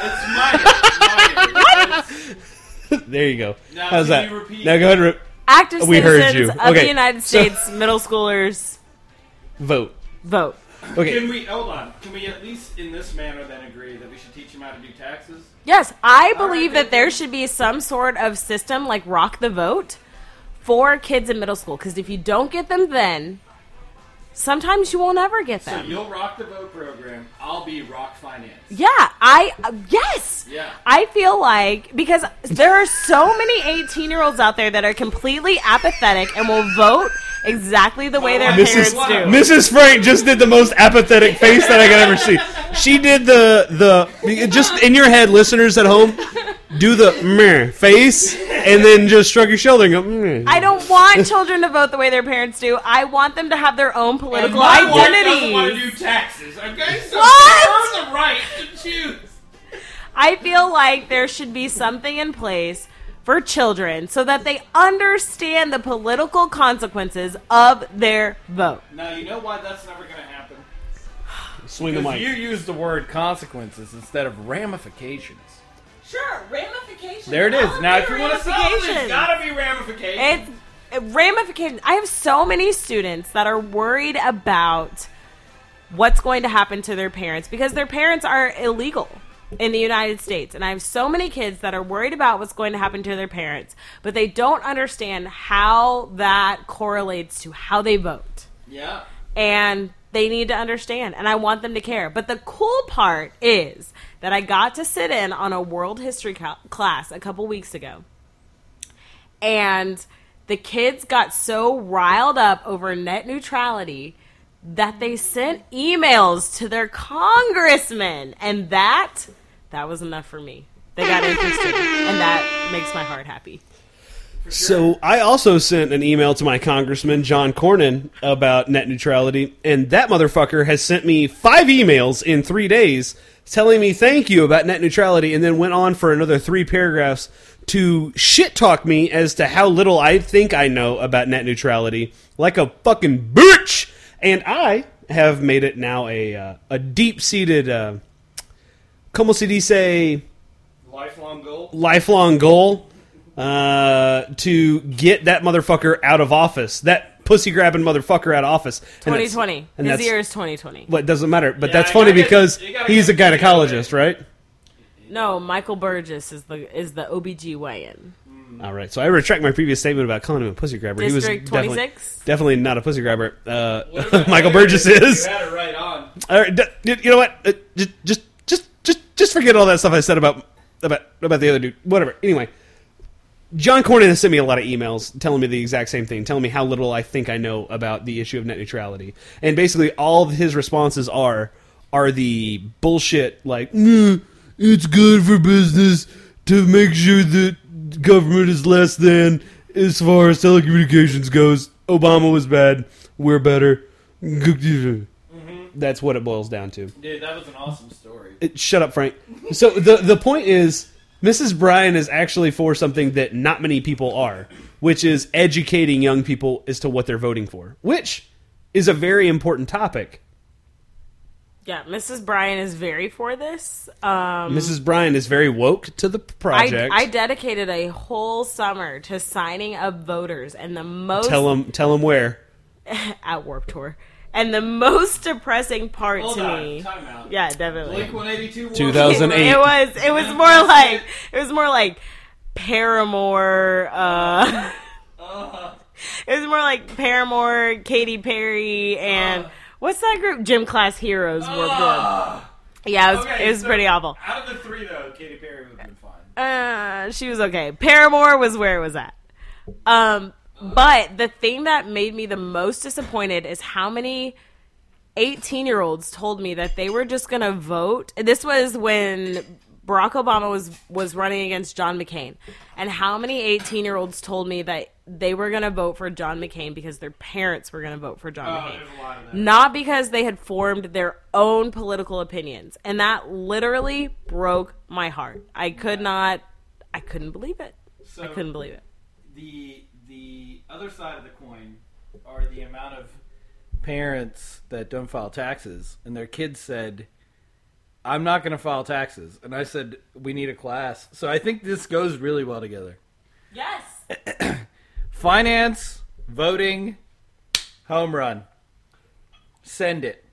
Speaker 5: mine. What?
Speaker 1: There you go.
Speaker 5: Now,
Speaker 1: How's
Speaker 5: can
Speaker 1: that?
Speaker 5: you repeat?
Speaker 1: Now go ahead and re-
Speaker 4: active
Speaker 1: We heard
Speaker 4: citizens
Speaker 1: you.
Speaker 4: of
Speaker 1: Okay,
Speaker 4: the United
Speaker 1: so-
Speaker 4: States middle schoolers
Speaker 1: vote.
Speaker 4: vote.
Speaker 1: Okay.
Speaker 5: Can we hold on? Can we at least in this manner then agree that we should teach him how to do taxes?
Speaker 4: Yes, I believe that there should be some sort of system like Rock the Vote for kids in middle school. Because if you don't get them then, sometimes you won't ever get
Speaker 5: So
Speaker 4: them.
Speaker 5: you'll rock the vote program. I'll be rock finance.
Speaker 4: Yeah, I uh, yes.
Speaker 5: Yeah.
Speaker 4: I feel like because there are so many 18-year-olds out there that are completely apathetic and will vote exactly the way their parents
Speaker 5: Mrs.
Speaker 4: do.
Speaker 6: Mrs. Frank just did the most apathetic face that I could ever see. She did the the just in your head, listeners at home, do the meh face and then just shrug your shoulder and go.
Speaker 1: "Mm,
Speaker 6: Meh.
Speaker 4: I don't want children to vote the way their parents do. I want them to have their own
Speaker 5: And
Speaker 4: political
Speaker 5: my wife doesn't want to
Speaker 4: identity.
Speaker 5: do taxes. Okay, so
Speaker 4: What?
Speaker 5: you're the right to choose.
Speaker 4: I feel like there should be something in place for children so that they understand the political consequences of their vote.
Speaker 5: Now you know why that's never going to happen.
Speaker 1: Swing the
Speaker 2: If
Speaker 1: mic.
Speaker 2: you use the word consequences instead of ramifications.
Speaker 4: Sure, ramifications.
Speaker 2: There it is. Now, if you want to
Speaker 4: Ramifications.
Speaker 5: Oh, there's got to be ramifications.
Speaker 4: It's ramifications. I have so many students that are worried about what's going to happen to their parents because their parents are illegal in the United States. And I have so many kids that are worried about what's going to happen to their parents, but they don't understand how that correlates to how they vote
Speaker 5: yeah.
Speaker 4: and they need to understand and i want them to care but the cool part is that i got to sit in on a world history co- class a couple weeks ago and the kids got so riled up over net neutrality that they sent emails to their congressmen and that that was enough for me they got interested and that makes my heart happy
Speaker 1: So I also sent an email to my congressman John Cornyn about net neutrality, and that motherfucker has sent me five emails in three days telling me thank you about net neutrality, and then went on for another three paragraphs to shit talk me as to how little I think I know about net neutrality, like a fucking bitch. And I have made it now a uh, a deep seated, uh, como se dice,
Speaker 5: Lifelong goal.
Speaker 1: lifelong goal uh, to get that motherfucker out of office. That pussy grabbing motherfucker out of office. And that's-
Speaker 4: 2020
Speaker 1: And
Speaker 4: his
Speaker 1: that's,
Speaker 4: year is 2020
Speaker 1: But it doesn't matter. But
Speaker 5: Yeah,
Speaker 1: that's
Speaker 5: you
Speaker 1: funny
Speaker 5: gotta get-
Speaker 1: because
Speaker 5: you gotta
Speaker 1: he's a
Speaker 5: get- you gotta get-
Speaker 1: gynecologist, right?
Speaker 4: no michael burgess is the is the obgyn
Speaker 1: All right. So I retract my previous statement about calling him a pussy grabber. he
Speaker 4: District
Speaker 1: was definitely,
Speaker 4: 26?
Speaker 1: definitely not a pussy grabber.
Speaker 5: What
Speaker 1: Uh,
Speaker 5: about
Speaker 1: Michael
Speaker 5: Hillary?
Speaker 1: Burgess is.
Speaker 5: You had it right on.
Speaker 1: All right, d- d- you know what? Uh, just, just, just, just, just forget all that stuff I said about about about the other dude. Whatever. Anyway, John Cornyn has sent me a lot of emails telling me the exact same thing, telling me how little I think I know about the issue of net neutrality, and basically all of his responses are are the bullshit like "Mm, it's good for business to make sure that government is less than as far as telecommunications goes. Obama was bad, we're better. That's what it boils down to.
Speaker 5: Dude, that was an awesome story.
Speaker 1: It- shut up, Frank. So the the point is, Mrs. Bryan is actually for something that not many people are, which is educating young people as to what they're voting for, which is a very important topic.
Speaker 4: Yeah, Mrs. Bryan is very for this. Um,
Speaker 1: Mrs. Bryan is very woke to the
Speaker 4: I,
Speaker 1: project.
Speaker 4: I dedicated a whole summer to signing up voters, and the most
Speaker 1: tell them tell them where.
Speaker 4: at Warp Tour, and the most depressing part
Speaker 5: Hold
Speaker 4: to
Speaker 5: on.
Speaker 4: me.
Speaker 5: Time out.
Speaker 4: Yeah, definitely.
Speaker 5: Blink 182. War.
Speaker 2: 2008.
Speaker 4: It was. It was more like. It was more like Paramore. Uh, it was more like Paramore, Katy Perry, and
Speaker 5: Uh-huh.
Speaker 4: what's that group? Gym Class Heroes. Warped Tour.
Speaker 5: Ah.
Speaker 4: Yeah, it was,
Speaker 5: Okay,
Speaker 4: it was
Speaker 5: so
Speaker 4: pretty awful.
Speaker 5: Out of the three, though, Katy Perry would have been fine.
Speaker 4: Uh, she was okay. Paramore was where it was at. Um, but the thing that made me the most disappointed is how many 18 year olds told me that they were just going to vote. This was when Barack Obama was, was running against John McCain. And how many 18 year olds told me that they were going to vote for John McCain because their parents were going to vote for John
Speaker 5: Oh,
Speaker 4: McCain
Speaker 5: there's a lot of that.
Speaker 4: not because they had formed their own political opinions and that literally broke my heart i could not i couldn't believe it
Speaker 5: So
Speaker 4: i couldn't believe it
Speaker 5: the the other side of the coin are the amount of
Speaker 2: Parents that don't file taxes, and their kids said, "I'm not going to file taxes," and I said, "We need a class." So I think this goes really well together.
Speaker 4: yes
Speaker 2: Finance, voting, home run. Send it.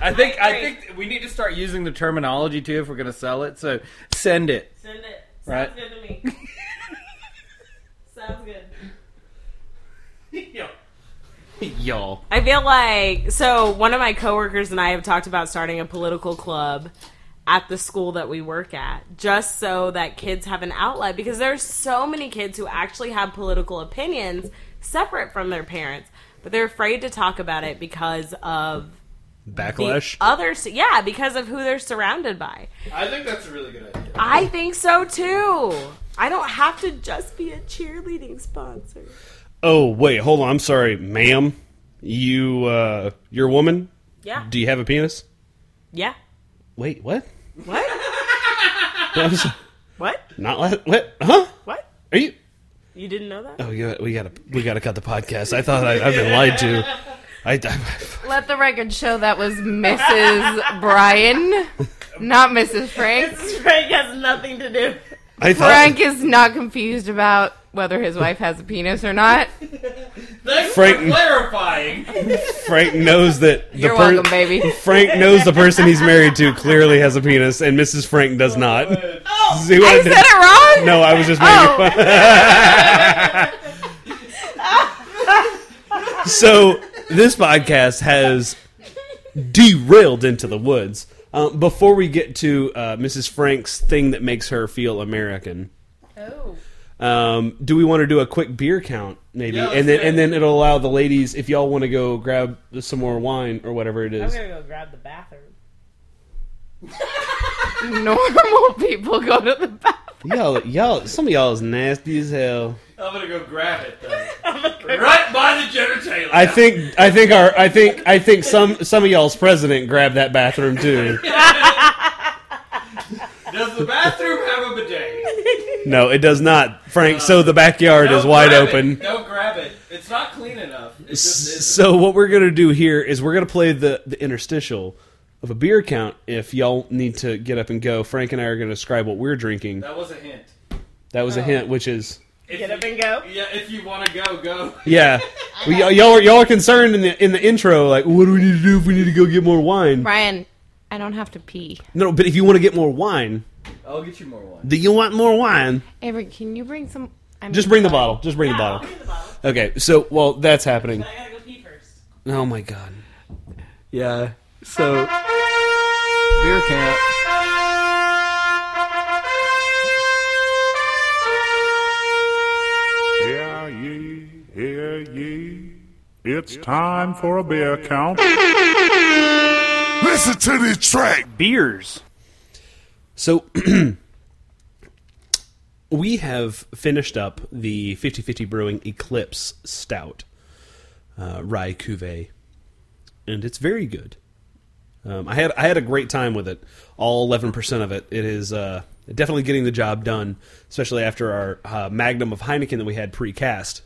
Speaker 2: I think I
Speaker 4: agree.
Speaker 2: think we need to start using the terminology too if we're going to sell it. So send it.
Speaker 4: Send it. Sounds
Speaker 2: Right.
Speaker 4: good to me. Sounds good.
Speaker 7: Yo.
Speaker 2: Y'all.
Speaker 4: I feel like so one of my coworkers and I have talked about starting a political club at the school that we work at just so that kids have an outlet because there's so many kids who actually have political opinions separate from their parents but they're afraid to talk about it because of the uh,
Speaker 8: Backlash.
Speaker 4: others yeah because of who they're surrounded by
Speaker 7: I think that's a really good idea.
Speaker 4: I think so too I don't have to just be a cheerleading sponsor
Speaker 1: Oh wait, hold on. I'm sorry, ma'am. You uh, you're a woman.
Speaker 4: yeah
Speaker 1: Do you have a penis?
Speaker 4: yeah
Speaker 1: Wait, what?
Speaker 4: what
Speaker 1: I'm s-
Speaker 4: what
Speaker 1: Not la- what? Huh?
Speaker 4: what
Speaker 1: Are you?
Speaker 4: you didn't know that
Speaker 1: Oh, you, we gotta we gotta cut the podcast. I thought I, I've been lied to. I, I
Speaker 9: Let the record show that was Mrs. Brian, not Mrs. Frank.
Speaker 4: Frank has nothing to do.
Speaker 1: I thought
Speaker 9: Frank is not confused about whether his wife has a penis or not.
Speaker 7: Thanks
Speaker 1: Frank-
Speaker 7: for clarifying.
Speaker 1: Frank knows that the
Speaker 9: You're
Speaker 1: per-
Speaker 9: welcome, baby.
Speaker 1: Frank knows the person he's married to clearly has a penis, and Mrs. Frank does not. See what
Speaker 9: I
Speaker 1: I
Speaker 9: said
Speaker 1: did?
Speaker 9: it wrong?
Speaker 1: No, I was just making
Speaker 9: Oh,
Speaker 1: Oh. so this podcast has derailed into the woods. Um, before we get to uh, Mrs. Frank's thing that makes her feel American,
Speaker 7: Oh.
Speaker 1: um, do we want to do a quick beer count, maybe,
Speaker 7: Yeah, let's
Speaker 1: and then
Speaker 7: do it.
Speaker 1: and then it'll allow the ladies, if y'all want to go grab some more wine or whatever it is.
Speaker 4: go grab the bathroom.
Speaker 9: normal people go to the bathroom.
Speaker 1: Y'all, y'all, some of y'all is nasty as hell.
Speaker 7: I'm gonna go grab it though. right by the genitalia.
Speaker 1: I think, I think our, I think, I think some some of y'all's president grabbed that bathroom too.
Speaker 7: Does the bathroom have a bidet?
Speaker 1: No, it does not, Frank. So the backyard is
Speaker 7: Don't
Speaker 1: wide
Speaker 7: grab
Speaker 1: open.
Speaker 7: It. Don't grab it. It's not clean enough. It just isn't.
Speaker 1: So what we're gonna do here is we're gonna play the the interstitial of a beer count. If y'all need to get up and go, Frank and I are gonna describe what we're drinking.
Speaker 7: That was a hint.
Speaker 1: That was a hint, which is
Speaker 7: If
Speaker 4: Get
Speaker 7: you-
Speaker 4: up and go.
Speaker 7: Yeah, if you want to go, go.
Speaker 1: yeah. We, y'all are y'all are concerned in the in the intro, like what do we need to do if we need to go get more wine?
Speaker 9: Brian, I don't have to pee.
Speaker 1: No, but if you want to get more wine,
Speaker 7: I'll get you more wine.
Speaker 1: do you want more wine?
Speaker 9: Avery, can you bring some? I mean,
Speaker 1: Just bring the bottle. Just bring the
Speaker 4: I'll
Speaker 1: bottle.
Speaker 4: get the bottle.
Speaker 1: Okay, so well that's happening.
Speaker 4: I gotta go pee first.
Speaker 1: Oh my god.
Speaker 2: Yeah. So beer camp.
Speaker 6: Hear ye, hear ye. It's time for a beer count. Listen to this track.
Speaker 10: Beers.
Speaker 1: So we have finished up the 5050 Brewing Eclipse Stout uh, Rye Cuvée, and it's very good. Um, I had I had a great time with it. All eleven percent of it. It is uh, definitely getting the job done, especially after our uh, Magnum of Heineken that we had pre-cast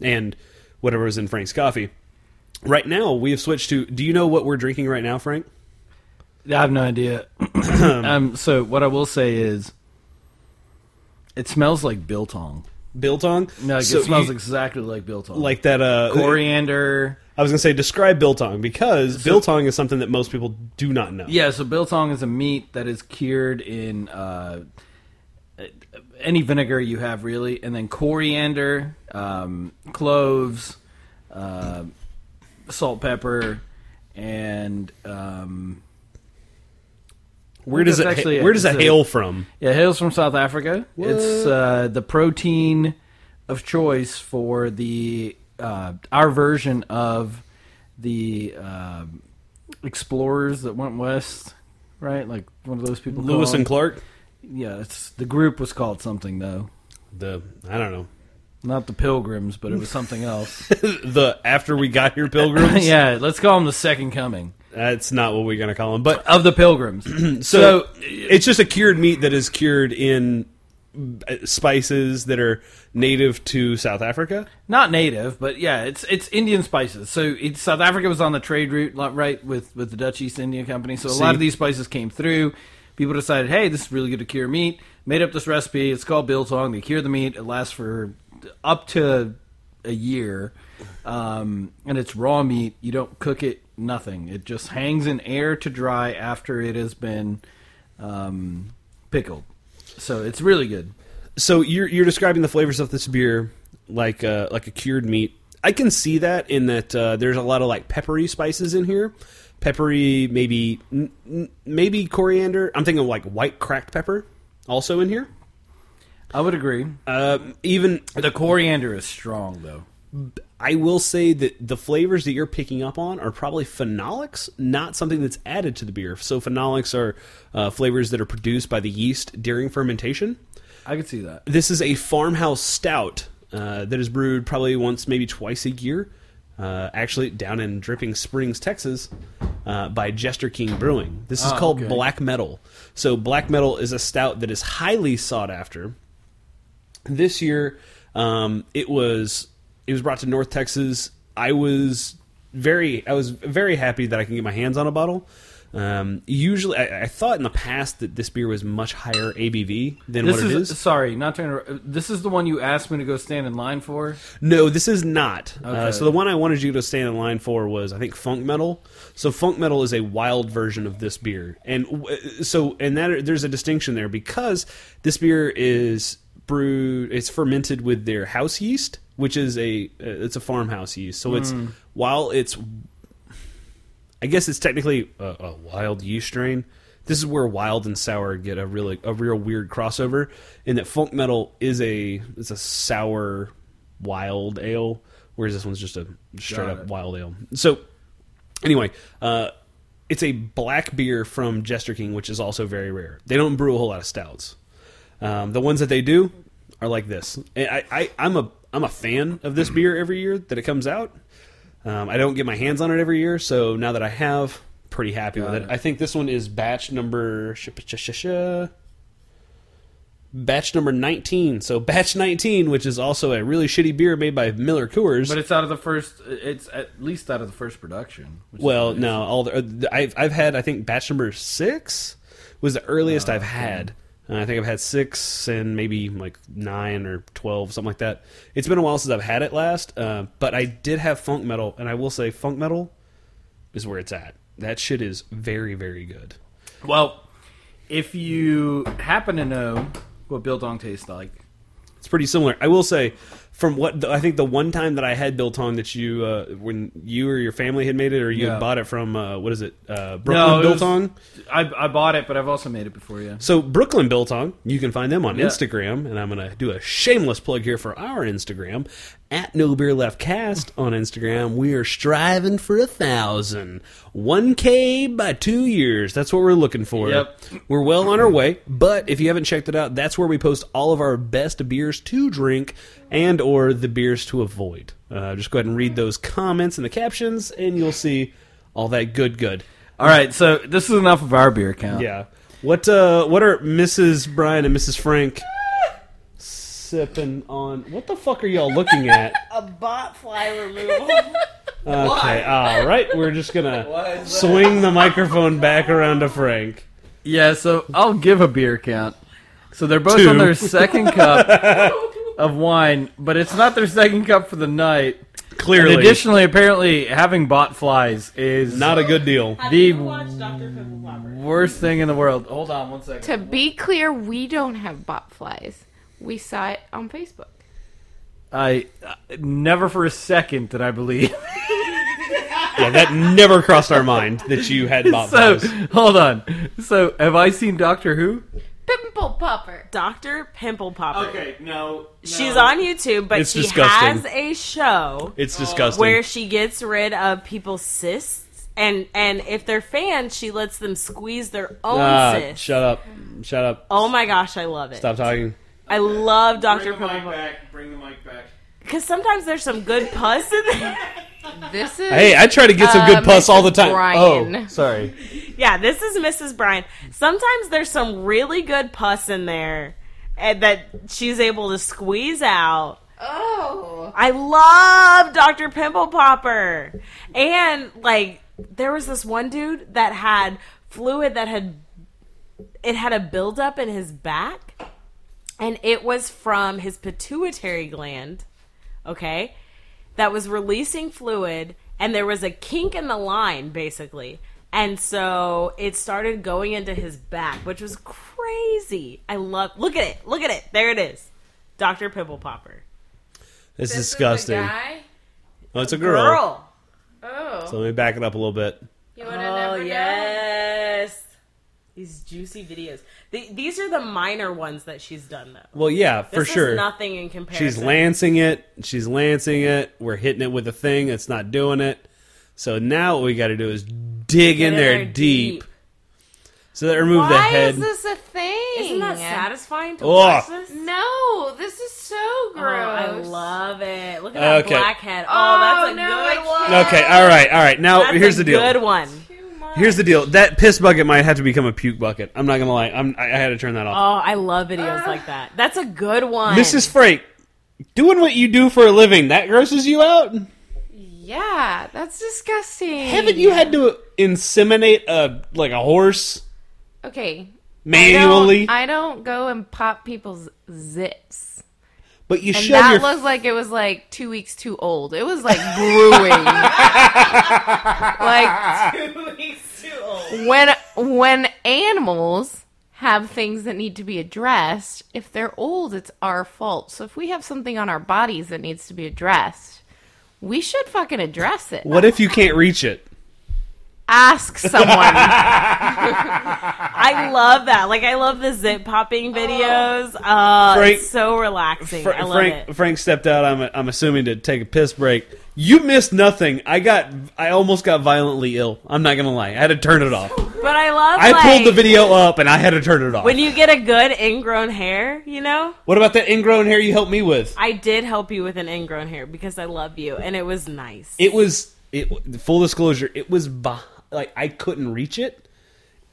Speaker 1: and whatever was in Frank's coffee. Right now, we have switched to. Do you know what we're drinking right now, Frank?
Speaker 2: I have no idea. um so what I will say is it smells like biltong.
Speaker 1: Biltong.
Speaker 2: No, like,
Speaker 1: So
Speaker 2: it smells
Speaker 1: you-
Speaker 2: exactly like biltong.
Speaker 1: like that. Uh,
Speaker 2: coriander.
Speaker 1: I was going to say describe biltong because biltong is something that most people do not know.
Speaker 2: Yeah, so biltong is a meat that is cured in uh, any vinegar you have, really, and then coriander, um, cloves, uh, salt, pepper, and um,
Speaker 1: where does it
Speaker 2: That's actually
Speaker 1: ha-
Speaker 2: it.
Speaker 1: where does it
Speaker 2: It's a-
Speaker 1: hail from?
Speaker 2: yeah, it hails from South Africa. It's uh, the protein of choice for the uh, our version of the uh, explorers that went west, right? Like one of those people,
Speaker 1: Lewis
Speaker 2: called-
Speaker 1: and Clark.
Speaker 2: Yeah, it's the group was called something though.
Speaker 1: The I don't know
Speaker 2: Not the Pilgrims, but it was something else.
Speaker 1: the after we got here pilgrims.
Speaker 2: yeah, let's call them the Second Coming
Speaker 1: that's not what we're going to call them. But
Speaker 2: of the Pilgrims.
Speaker 1: so,
Speaker 2: So-
Speaker 1: it's just a cured meat that is cured in uh, spices that are native to South Africa.
Speaker 2: Not native, but yeah, it's it's Indian spices. So it's, South Africa was on the trade route, like, right, with with the Dutch East India Company. So a lot of these spices came through. People decided, hey, this is really good to cure meat. Made up this recipe. It's called biltong. They cure the meat. It lasts for up to a year, um, and it's raw meat. You don't cook it. nothing. It just hangs in air to dry after it has been um, pickled. So it's really good.
Speaker 1: so you're you're describing the flavors of this beer like uh, like a cured meat. I can see that in that uh, there's a lot of like peppery spices in here, peppery maybe n- n- maybe coriander. I'm thinking like white cracked pepper also in here.
Speaker 2: I would agree.
Speaker 1: Uh, even
Speaker 2: The coriander is strong though.
Speaker 1: I will say that the flavors that you're picking up on are probably phenolics, not something that's added to the beer. So phenolics are uh, flavors that are produced by the yeast during fermentation.
Speaker 2: I could see that.
Speaker 1: This is a farmhouse stout uh, that is brewed probably once, maybe twice a year. Uh, actually, down in Dripping Springs, Texas, uh, by Jester King Brewing. This is
Speaker 2: Ah,
Speaker 1: called
Speaker 2: okay.
Speaker 1: Black Metal. So, Black Metal is a stout that is highly sought after. This year, um, it was it was brought to North Texas. I was very I was very happy that I can get my hands on a bottle. Um, usually, I, I thought in the past that this beer was much higher ABV than
Speaker 2: This
Speaker 1: what it
Speaker 2: is,
Speaker 1: is.
Speaker 2: sorry, not to interrupt. This is the one you asked me to go stand in line for.
Speaker 1: No, this is not. Uh,
Speaker 2: Okay.
Speaker 1: so the one I wanted you to stand in line for was I think funk metal. So funk metal is a wild version of this beer, and w- uh, so and that there's a distinction there because this beer is brewed, it's fermented with their house yeast, which is a uh, it's a farmhouse yeast. So it's while it's I guess it's technically a, a wild yeast strain. This is where wild and sour get a really a real weird crossover, in that funk metal is a is a sour wild ale, whereas this one's just a straight
Speaker 2: Got
Speaker 1: up
Speaker 2: it.
Speaker 1: wild ale. So anyway, uh, it's a black beer from Jester King, which is also very rare. They don't brew a whole lot of stouts. Um, the ones that they do are like this. And I, I I'm a I'm a fan of this beer every year that it comes out. Um, I don't get my hands on it every year, so now that I have, pretty happy with it.
Speaker 2: it.
Speaker 1: I think this one is batch number sh- sh- sh- sh- batch number 19. So batch 19, which is also a really shitty beer made by Miller Coors.
Speaker 2: But it's out of the first. It's at least out of the first production. which is
Speaker 1: well,
Speaker 2: nice.
Speaker 1: no, all the, uh, th- I've I've had I think batch number 6 was the earliest
Speaker 2: Oh,
Speaker 1: I've had. And I think I've had 6 and maybe like 9 or 12 something like that. It's been a while since I've had it last, uh, but I did have funk metal and I will say funk metal is where it's at. That shit is very, very good.
Speaker 2: Well, if you happen to know what biltong tastes like,
Speaker 1: It's pretty similar. I will say, from what the, I think, the one time that I had biltong that you, uh, when you or your family had made it, or you had
Speaker 2: Yeah.
Speaker 1: bought it from, uh, what is it, uh,
Speaker 2: No,
Speaker 1: Brooklyn
Speaker 2: it was-
Speaker 1: Biltong?
Speaker 2: I, I bought it, but I've also made it before. Yeah.
Speaker 1: So Brooklyn Biltong, you can find them on
Speaker 2: Yeah.
Speaker 1: Instagram, and I'm going to do a shameless plug here for our Instagram at No Beer Left Cast on Instagram. We are striving for a thousand, one k by two years. That's what we're looking for.
Speaker 2: Yep.
Speaker 1: we're well on our way. But if you haven't checked it out, that's where we post all of our best beers to drink and or the beers to avoid. Uh, just go ahead and read those comments and the captions, and you'll see all that good good.
Speaker 2: All right. So this is enough of our beer count.
Speaker 1: Yeah. What uh what are Mrs. Brian and Mrs. Frank sipping on? What the fuck are y'all looking at?
Speaker 4: A bot fly removal.
Speaker 1: Okay, all right. We're just gonna swing the microphone back around to Frank.
Speaker 2: Yeah. So I'll give a beer count. So they're both
Speaker 1: Two.
Speaker 2: on their second cup of wine, but it's not their second cup for the night. And
Speaker 1: Clearly,
Speaker 2: additionally, apparently, having bot flies is
Speaker 1: not a good deal.
Speaker 4: Have
Speaker 2: The-
Speaker 4: you watched Dr. Pimple Popper?
Speaker 2: worst thing in the world. Hold on one second.
Speaker 3: To be clear, we don't have bot flies. We saw it on Facebook.
Speaker 2: I uh, never for a second did I believe.
Speaker 1: Yeah, that never crossed our mind that you had Bob.
Speaker 2: so
Speaker 1: Ross.
Speaker 2: hold on. So have I seen Doctor Who?
Speaker 3: Pimple popper.
Speaker 4: Dr. Pimple Popper.
Speaker 2: no.
Speaker 4: She's on YouTube, but
Speaker 1: It's
Speaker 4: she
Speaker 1: disgusting.
Speaker 4: has a show
Speaker 1: it's disgusting.
Speaker 4: where she gets rid of people's cysts, and and if they're fans, she lets them squeeze their own
Speaker 1: Ah,
Speaker 4: cysts.
Speaker 1: shut up! Shut up!
Speaker 4: oh my gosh, I love it.
Speaker 1: Stop talking.
Speaker 4: I love Dr.
Speaker 5: Bring the
Speaker 4: Pimple
Speaker 5: mic
Speaker 4: Popper
Speaker 5: back. Bring the mic back.
Speaker 4: because sometimes there's some good pus in there.
Speaker 3: This is
Speaker 1: Hey, I try to get some
Speaker 3: uh,
Speaker 1: good puss
Speaker 3: Mrs.
Speaker 1: all the time.
Speaker 3: Brian.
Speaker 1: Oh, sorry.
Speaker 4: yeah, this is Mrs. Bryan. Sometimes there's some really good pus in there, and that she's able to squeeze out.
Speaker 3: Oh.
Speaker 4: I love Dr. Pimple Popper. And like there was this one dude that had fluid that had it had a buildup in his back and it was from his pituitary gland, okay? That was releasing fluid and there was a kink in the line basically. And so it started going into his back, which was crazy. I love Look at it. Look at it. There it is. Dr. Pimple Popper.
Speaker 11: It's
Speaker 9: This is the
Speaker 11: disgusting.
Speaker 9: guy?
Speaker 11: Oh, it's a girl.
Speaker 4: Girl.
Speaker 9: Oh,
Speaker 11: So let me back it up a little bit.
Speaker 9: you wanna
Speaker 4: Oh
Speaker 9: never know?
Speaker 4: yes. These juicy videos. The, these are the minor ones that she's done though.
Speaker 11: Well, yeah, for
Speaker 4: This is
Speaker 11: sure.
Speaker 4: nothing in comparison.
Speaker 11: She's lancing it. She's lancing it. We're hitting it with a thing. It's not doing it. So now what we got to do is dig in there, deep. So that remove the
Speaker 12: Why
Speaker 11: head.
Speaker 12: is this a thing?
Speaker 4: Isn't that satisfying to
Speaker 11: Ugh.
Speaker 4: watch this?
Speaker 9: No, this is so
Speaker 4: Oh, I
Speaker 9: gross.
Speaker 4: love it. Look at that
Speaker 11: Okay.
Speaker 4: blackhead. Oh, that's a
Speaker 9: Oh, no, I
Speaker 4: good one.
Speaker 9: can't.
Speaker 11: okay, all right, all right. Now
Speaker 4: That's
Speaker 11: here's
Speaker 4: a
Speaker 11: the deal.
Speaker 4: Good one.
Speaker 9: Too much.
Speaker 11: Here's the deal. That piss bucket might have to become a puke bucket. I'm not gonna lie. I'm, I, I had to turn that
Speaker 4: Oh,
Speaker 11: off.
Speaker 4: I love videos like that. That's a good one.
Speaker 1: Mrs. Frake, doing what you do for a living, that grosses you out?
Speaker 9: yeah, that's disgusting.
Speaker 1: Haven't you had to inseminate a like a horse
Speaker 9: Okay. I don't-
Speaker 1: manually?
Speaker 9: I don't go and pop people's zips.
Speaker 1: but you
Speaker 9: And
Speaker 1: shove
Speaker 9: that
Speaker 1: your
Speaker 9: looked like it was like two weeks too old. It was like brewing. like when when animals have things that need to be addressed, if they're old, it's our fault. So if we have something on our bodies that needs to be addressed, we should fucking address it.
Speaker 1: What if you can't reach it?
Speaker 9: Ask someone.
Speaker 4: I love that. Like I love the zip popping videos. Uh,
Speaker 1: Frank-
Speaker 4: it's so relaxing.
Speaker 1: Fra-
Speaker 4: I love
Speaker 1: Frank
Speaker 4: it.
Speaker 1: Frank stepped out. I'm I'm assuming to take a piss break. You missed nothing. I got I almost got violently ill. I'm not gonna lie. I had to turn it off.
Speaker 4: But I love.
Speaker 1: I
Speaker 4: like,
Speaker 1: pulled the video up and I had to turn it off.
Speaker 4: When you get a good ingrown hair, you know,
Speaker 1: what about that ingrown hair you helped me with?
Speaker 4: I did help you with an ingrown hair because I love you, and it was nice.
Speaker 1: It was it. Full disclosure, it was beh- like I couldn't reach it.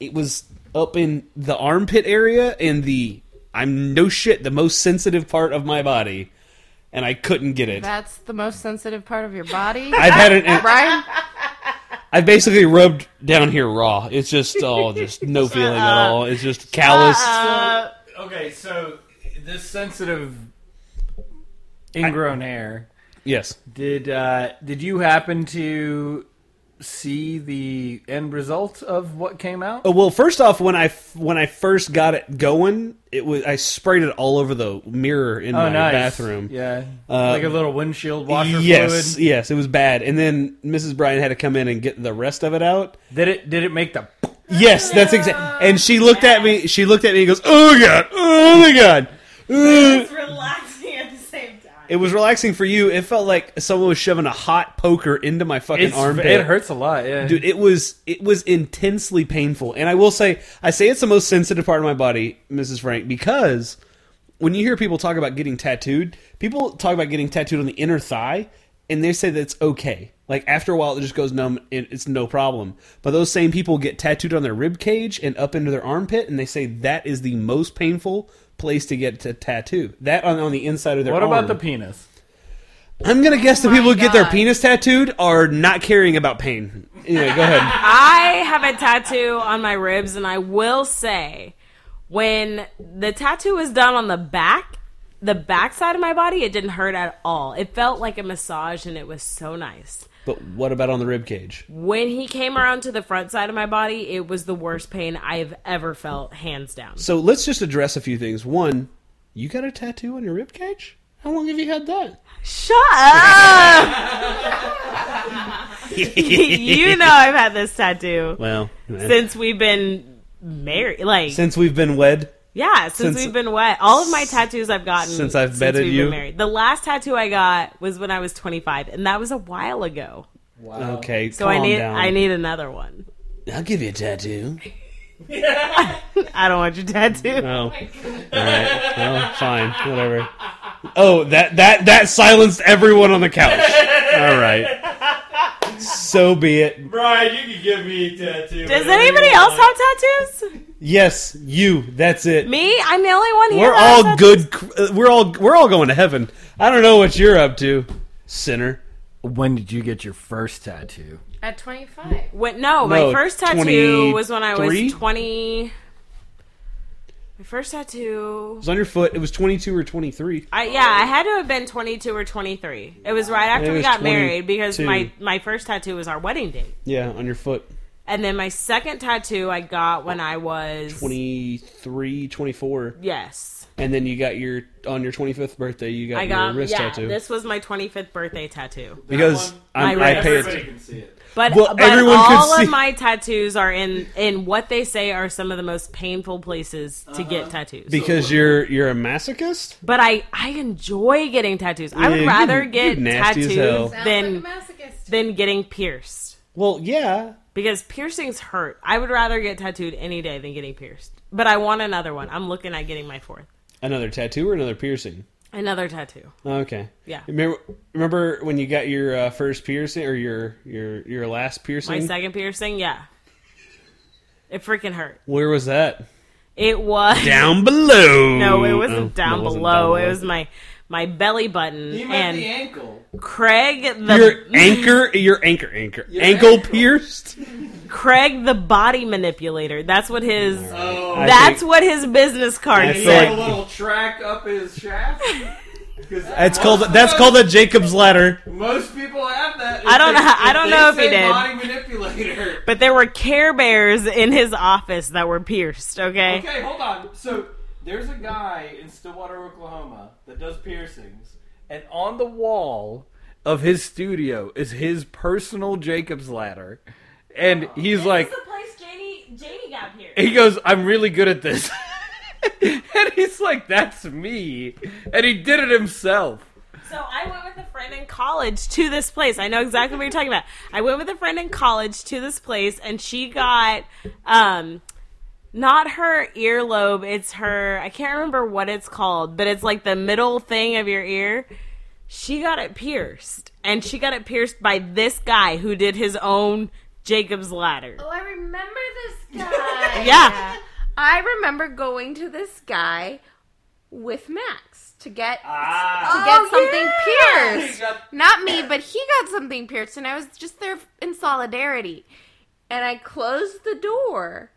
Speaker 1: It was up in the armpit area and the I'm no shit the most sensitive part of my body, and I couldn't get it.
Speaker 9: That's the most sensitive part of your body.
Speaker 1: I've had an,
Speaker 9: Brian,
Speaker 1: I basically rubbed down here raw. It's just oh, there's no feeling at all. It's just calloused.
Speaker 13: Okay, so
Speaker 2: This sensitive ingrown hair.
Speaker 1: Yes.
Speaker 2: Did uh, did you happen to see the end result of what came out?
Speaker 1: Oh, Well, first off, when I f- when I first got it going, it was I sprayed it all over the mirror in my bathroom.
Speaker 2: Oh,
Speaker 1: Uh,
Speaker 2: Yeah, like a little windshield washer
Speaker 1: yes,
Speaker 2: fluid.
Speaker 1: yes, it was bad. And then Mrs. Bryan had to come in and get the rest of it out.
Speaker 2: Did it? Did it make the?
Speaker 1: Yes, that's exact. And she looked at me. She looked at me and goes, "Oh god, oh my god." Uh, Ugh."
Speaker 4: relaxing at the same time.
Speaker 1: It was relaxing for you. It felt like someone was shoving a hot poker into my fucking
Speaker 2: It's,
Speaker 1: armpit.
Speaker 2: it hurts a lot. Yeah,
Speaker 1: dude it was it was intensely painful and i will say i say it's the most sensitive part of my body mrs frank because when you hear people talk about getting tattooed people talk about getting tattooed on the inner thigh and they say that's okay like after a while it just goes numb and it's no problem but those same people get tattooed on their rib cage and up into their armpit and they say that is the most painful place to get a tattoo that on, on the inside of their
Speaker 2: what about
Speaker 1: arm.
Speaker 2: the penis?
Speaker 1: i'm gonna guess the
Speaker 9: Oh my
Speaker 1: people who get their
Speaker 9: God.
Speaker 1: penis tattooed are not caring about pain anyway go ahead
Speaker 4: I have a tattoo on my ribs, and I will say, when the tattoo was done on the back, the back side of my body, it didn't hurt at all. It felt like a massage, and it was so nice.
Speaker 1: But what about on the rib cage?
Speaker 4: When he came around to the front side of my body, it was the worst pain I've ever felt, hands down.
Speaker 1: So let's just address a few things. One, you got a tattoo on your rib cage? How long have you had that?
Speaker 4: Shut up! you know I've had this tattoo
Speaker 1: Well,
Speaker 4: since we've been married. Like,
Speaker 1: since we've been wed,
Speaker 4: Yeah, since,
Speaker 1: Since-
Speaker 4: we've been wet, all of my tattoos I've gotten
Speaker 1: Since I've bedded
Speaker 4: we've
Speaker 1: you?
Speaker 4: Been married. The last tattoo I got was when I was 25, and that was a while ago.
Speaker 1: okay.
Speaker 4: So I need I need another one.
Speaker 1: I'll give you a tattoo.
Speaker 4: I don't want your tattoo.
Speaker 1: Oh, all right. Well, fine, whatever. Oh, that that that silenced everyone on the couch. All right. So be it.
Speaker 13: Brian, you can give me a tattoo.
Speaker 4: Does
Speaker 13: whenever you
Speaker 4: anybody
Speaker 13: want.
Speaker 4: else have tattoos?
Speaker 1: Yes, you. That's it.
Speaker 4: Me? I'm the only one here.
Speaker 1: We're
Speaker 4: that has
Speaker 1: all
Speaker 4: tattoos.
Speaker 1: good. cr- uh, We're all we're all going to heaven. I don't know what you're up to, sinner.
Speaker 2: When did you get your first tattoo?
Speaker 9: at 25.
Speaker 4: Wait, no,
Speaker 1: No,
Speaker 4: my first tattoo was when I
Speaker 1: 23?
Speaker 4: was 20. My first tattoo.
Speaker 6: was on your foot. It was 22 or 23.
Speaker 4: I yeah, I had to have been 22 or 23. It was right after
Speaker 6: It
Speaker 4: we
Speaker 6: was
Speaker 4: got married because
Speaker 6: 22.
Speaker 4: my my first tattoo was our wedding date.
Speaker 6: Yeah, on your foot.
Speaker 4: And then my second tattoo I got when I was
Speaker 6: 23, 24.
Speaker 4: Yes.
Speaker 6: And then you got your, on your 25th birthday, you got,
Speaker 4: I
Speaker 6: your
Speaker 4: got
Speaker 6: wrist
Speaker 4: yeah,
Speaker 6: tattoo.
Speaker 4: this was my 25th birthday tattoo.
Speaker 6: because I'm,
Speaker 4: My
Speaker 6: I
Speaker 4: wrist.
Speaker 6: pay
Speaker 5: Everybody
Speaker 6: it.
Speaker 5: can see it.
Speaker 4: But,
Speaker 6: Well,
Speaker 4: but
Speaker 6: everyone could
Speaker 4: all
Speaker 6: see-
Speaker 4: of my tattoos are in in what they say are some of the most painful places to get tattoos.
Speaker 6: Because you're you're a masochist?
Speaker 4: but I I enjoy getting tattoos. I would
Speaker 6: Yeah, you-
Speaker 4: rather
Speaker 6: you
Speaker 4: get
Speaker 6: nasty as hell.
Speaker 4: tattoos
Speaker 6: Sounds
Speaker 4: than
Speaker 9: masochist.
Speaker 4: than getting pierced.
Speaker 6: Well, yeah.
Speaker 4: Because piercings hurt. I would rather get tattooed any day than getting pierced. But I want another one. I'm looking at getting my fourth.
Speaker 6: Another tattoo or another piercing?
Speaker 4: Another tattoo.
Speaker 6: Okay.
Speaker 4: Yeah.
Speaker 6: Remember, remember when you got your uh, first piercing or your your your last
Speaker 4: My
Speaker 6: piercing?
Speaker 4: second piercing, yeah. It freaking hurt.
Speaker 6: Where was that?
Speaker 4: It was
Speaker 6: Down below.
Speaker 4: No, it wasn't,
Speaker 6: Oh,
Speaker 4: down,
Speaker 6: no, it wasn't
Speaker 4: below.
Speaker 6: down
Speaker 4: It was my my belly button
Speaker 5: He meant the
Speaker 4: and
Speaker 5: ankle.
Speaker 4: Craig the
Speaker 6: your anchor. Your anchor. Anchor. ankle pierced.
Speaker 4: Craig the body manipulator. That's what his
Speaker 5: Oh,
Speaker 6: I
Speaker 4: that's
Speaker 6: think
Speaker 4: what his business card
Speaker 6: I
Speaker 5: he
Speaker 6: feel
Speaker 5: had
Speaker 4: said.
Speaker 6: like-
Speaker 5: a little track up his shaft. 'Cause
Speaker 6: that's called that's called a Jacob's ladder.
Speaker 5: most people have that.
Speaker 4: I don't
Speaker 5: If they-
Speaker 4: know- I don't
Speaker 5: they
Speaker 4: know if
Speaker 5: say
Speaker 4: he did.
Speaker 5: Body manipulator.
Speaker 4: but there were Care Bears in his office that were pierced. Okay,
Speaker 5: Okay, hold on. So there's a guy in Stillwater, Oklahoma, that does piercings.
Speaker 2: And on the wall of his studio is his personal Jacob's ladder. And he's like,
Speaker 4: place Janie Janie got pierced.
Speaker 2: he goes, I'm really good at this. and he's like, that's me. And he did it himself.
Speaker 4: So I went with a friend in college to this place. I know exactly what you're talking about. I went with a friend in college to this place, and she got um, not her earlobe. It's her. I can't remember what it's called, but it's like the middle thing of your ear. She got it pierced, and she got it pierced by this guy who did his own Jacob's ladder.
Speaker 9: Oh, I remember this guy.
Speaker 4: Yeah.
Speaker 9: I remember going to this guy with Max to get
Speaker 4: Ah.
Speaker 9: to
Speaker 4: Oh,
Speaker 9: get something pierced. Not me, but he got something pierced, and I was just there in solidarity. And I closed the door,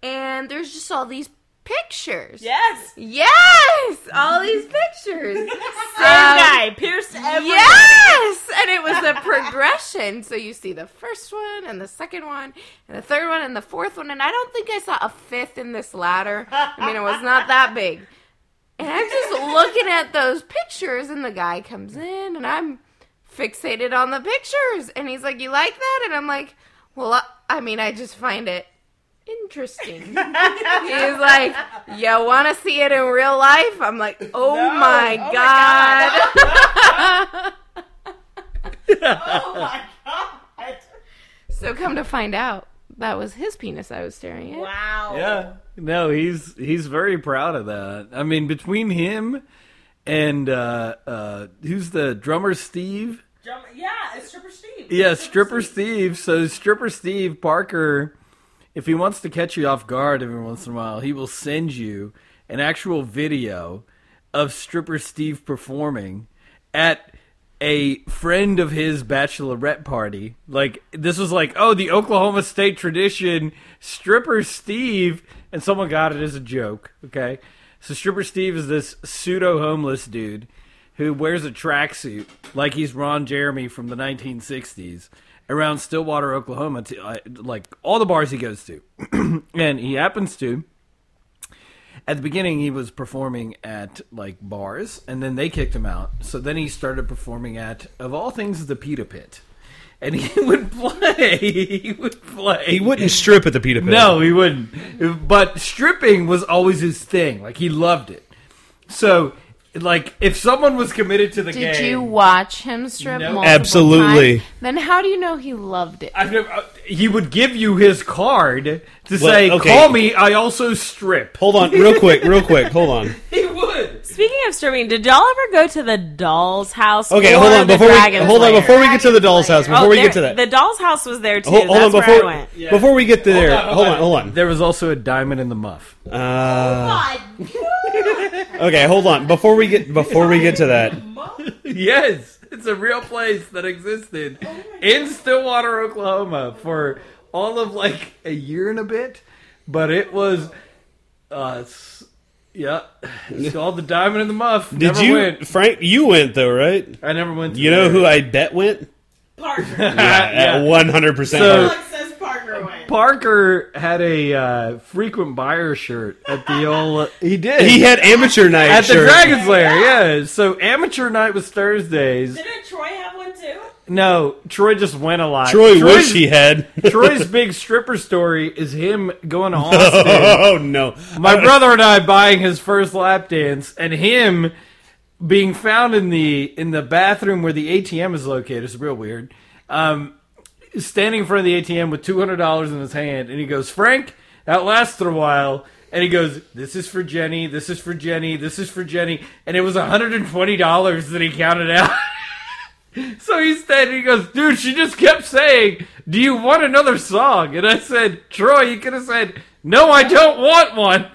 Speaker 9: and there's just all these pictures.
Speaker 4: Yes, same
Speaker 9: Yes, all these pictures. Um,
Speaker 4: guy pierced every.
Speaker 9: Yes, and it was a progression. So you see the first one, and the second one, and the third one, and the fourth one, and I don't think I saw a fifth in this ladder. I mean, it was not that big. And I'm just looking at those pictures, and the guy comes in, and I'm fixated on the pictures, and he's like, "You like that?" And I'm like, "Well, I- I mean, I just find it." Interesting. He's like, "You want to see it in real life?" I'm like, "Oh my god!" So come to find out, that was his penis I was staring at.
Speaker 4: Wow.
Speaker 2: Yeah. No, he's he's very proud of that. I mean, between him and uh uh who's the drummer Steve?
Speaker 4: Drum- yeah, it's stripper Steve.
Speaker 2: Yeah, stripper Steve. So stripper Steve Parker, if he wants to catch you off guard every once in a while, he will send you an actual video of stripper Steve performing at a friend of his bachelorette party. Like this was like, oh, the Oklahoma State tradition, stripper Steve, and someone got it as a joke. Okay, so stripper Steve is this pseudo homeless dude who wears a tracksuit like he's Ron Jeremy from the 1960s around Stillwater, Oklahoma, to, uh, like all the bars he goes to. and he happens to. At the beginning, he was performing at like bars, and then they kicked him out. So then he started performing at, of all things, the Pita Pit, and he would play. He would play.
Speaker 6: He wouldn't strip at the Peter Pan.
Speaker 2: No, he wouldn't. But stripping was always his thing. Like he loved it. So, like if someone was committed to the
Speaker 9: Did
Speaker 2: game,
Speaker 9: you watch him strip?
Speaker 2: No.
Speaker 9: multiple
Speaker 6: Absolutely.
Speaker 9: times? Then how do you know he loved it?
Speaker 2: I've never, uh, he would give you his card to say,
Speaker 6: okay.
Speaker 2: "Call me. I also strip."
Speaker 6: Hold on, real quick, real quick. Hold on.
Speaker 2: He would.
Speaker 4: Speaking of streaming, did y'all ever go to the Doll's House?
Speaker 6: Okay,
Speaker 4: or
Speaker 6: hold on.
Speaker 4: the
Speaker 6: Before we
Speaker 4: Dragon's
Speaker 6: hold on,
Speaker 4: Lair?
Speaker 6: before we get to the doll's house, before
Speaker 4: Oh,
Speaker 6: we
Speaker 4: there-
Speaker 6: get to that,
Speaker 4: the Doll's House was there too.
Speaker 6: Hold, hold on
Speaker 4: That's
Speaker 6: before
Speaker 4: where I went.
Speaker 6: before we get to there.
Speaker 5: on,
Speaker 6: Hold
Speaker 5: hold
Speaker 6: on,
Speaker 5: on.
Speaker 6: hold on.
Speaker 2: There was also a diamond in the muff.
Speaker 6: Uh, okay, hold on. Before we get before we get to that,
Speaker 2: yes, it's a real place that existed
Speaker 6: Oh
Speaker 2: in Stillwater, Oklahoma for all of like a year and a bit, but it was uh, s- Yeah, it's called the diamond in the muff.
Speaker 1: Did
Speaker 2: never
Speaker 1: you,
Speaker 2: Went.
Speaker 1: Frank? You went though, right?
Speaker 2: I never went. To
Speaker 1: You know who I bet went?
Speaker 6: Parker.
Speaker 2: Yeah.
Speaker 1: one hundred percent.
Speaker 2: So-
Speaker 6: Alex says Parker went.
Speaker 2: Parker had a uh, frequent buyer shirt at the old. He did.
Speaker 1: He had amateur night
Speaker 2: at the
Speaker 1: shirt.
Speaker 2: Dragon's Lair. Yeah. So amateur night was Thursdays.
Speaker 6: Didn't Troy have one too?
Speaker 2: No, Troy just went a lot.
Speaker 1: Troy
Speaker 2: Troy's-
Speaker 1: wish he had.
Speaker 2: Troy's big stripper story is him going to Austin.
Speaker 1: oh no,
Speaker 2: My brother and I buying his first lap dance, and him being found in the in the bathroom where the ATM is located. It's real weird. Um, standing in front of the ATM with two hundred dollars in his hand, and he goes, "Frank, that lasted a while." And he goes, "This is for Jenny. This is for Jenny. This is for Jenny." And it was one hundred and twenty dollars that he counted out. So he said, he goes, dude, she just kept saying, do you want another song? And I said, Troy, you could have said, no, I don't want one.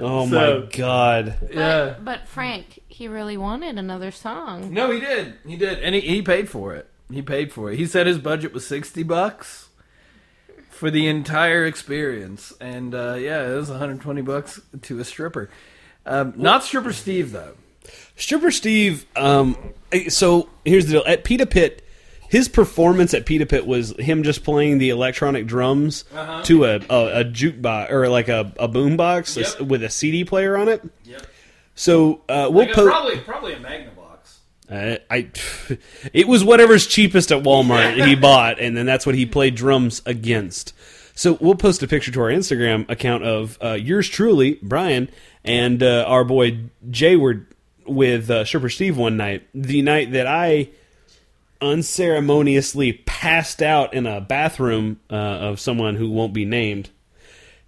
Speaker 1: Oh
Speaker 2: So-
Speaker 1: my god.
Speaker 2: Yeah.
Speaker 9: But Frank, he really wanted another song.
Speaker 2: No, he did. He did. And he, he paid for it. He paid for it. He said his budget was 60 bucks for the entire experience. And uh, yeah, it was 120 bucks to a stripper. Um, not stripper Steve, though.
Speaker 1: Stripper Steve. Um. So here's the deal. At Pita Pit, his performance at Pita Pit was him just playing the electronic drums
Speaker 6: Uh-huh.
Speaker 1: to a, a a jukebox or like a a boombox a s-
Speaker 6: Yep.
Speaker 1: with a CD player on it.
Speaker 6: Yep.
Speaker 1: So uh, we'll
Speaker 6: Like a-
Speaker 1: post.
Speaker 6: probably probably a Magnavox.
Speaker 1: Uh, I, it was whatever's cheapest at Walmart he bought, and then that's what he played drums against. So we'll post a picture to our Instagram account of uh, yours truly, Brian, and uh, our boy Jay were with uh, Stripper Steve one night. The night that I unceremoniously passed out in a bathroom uh, of someone who won't be named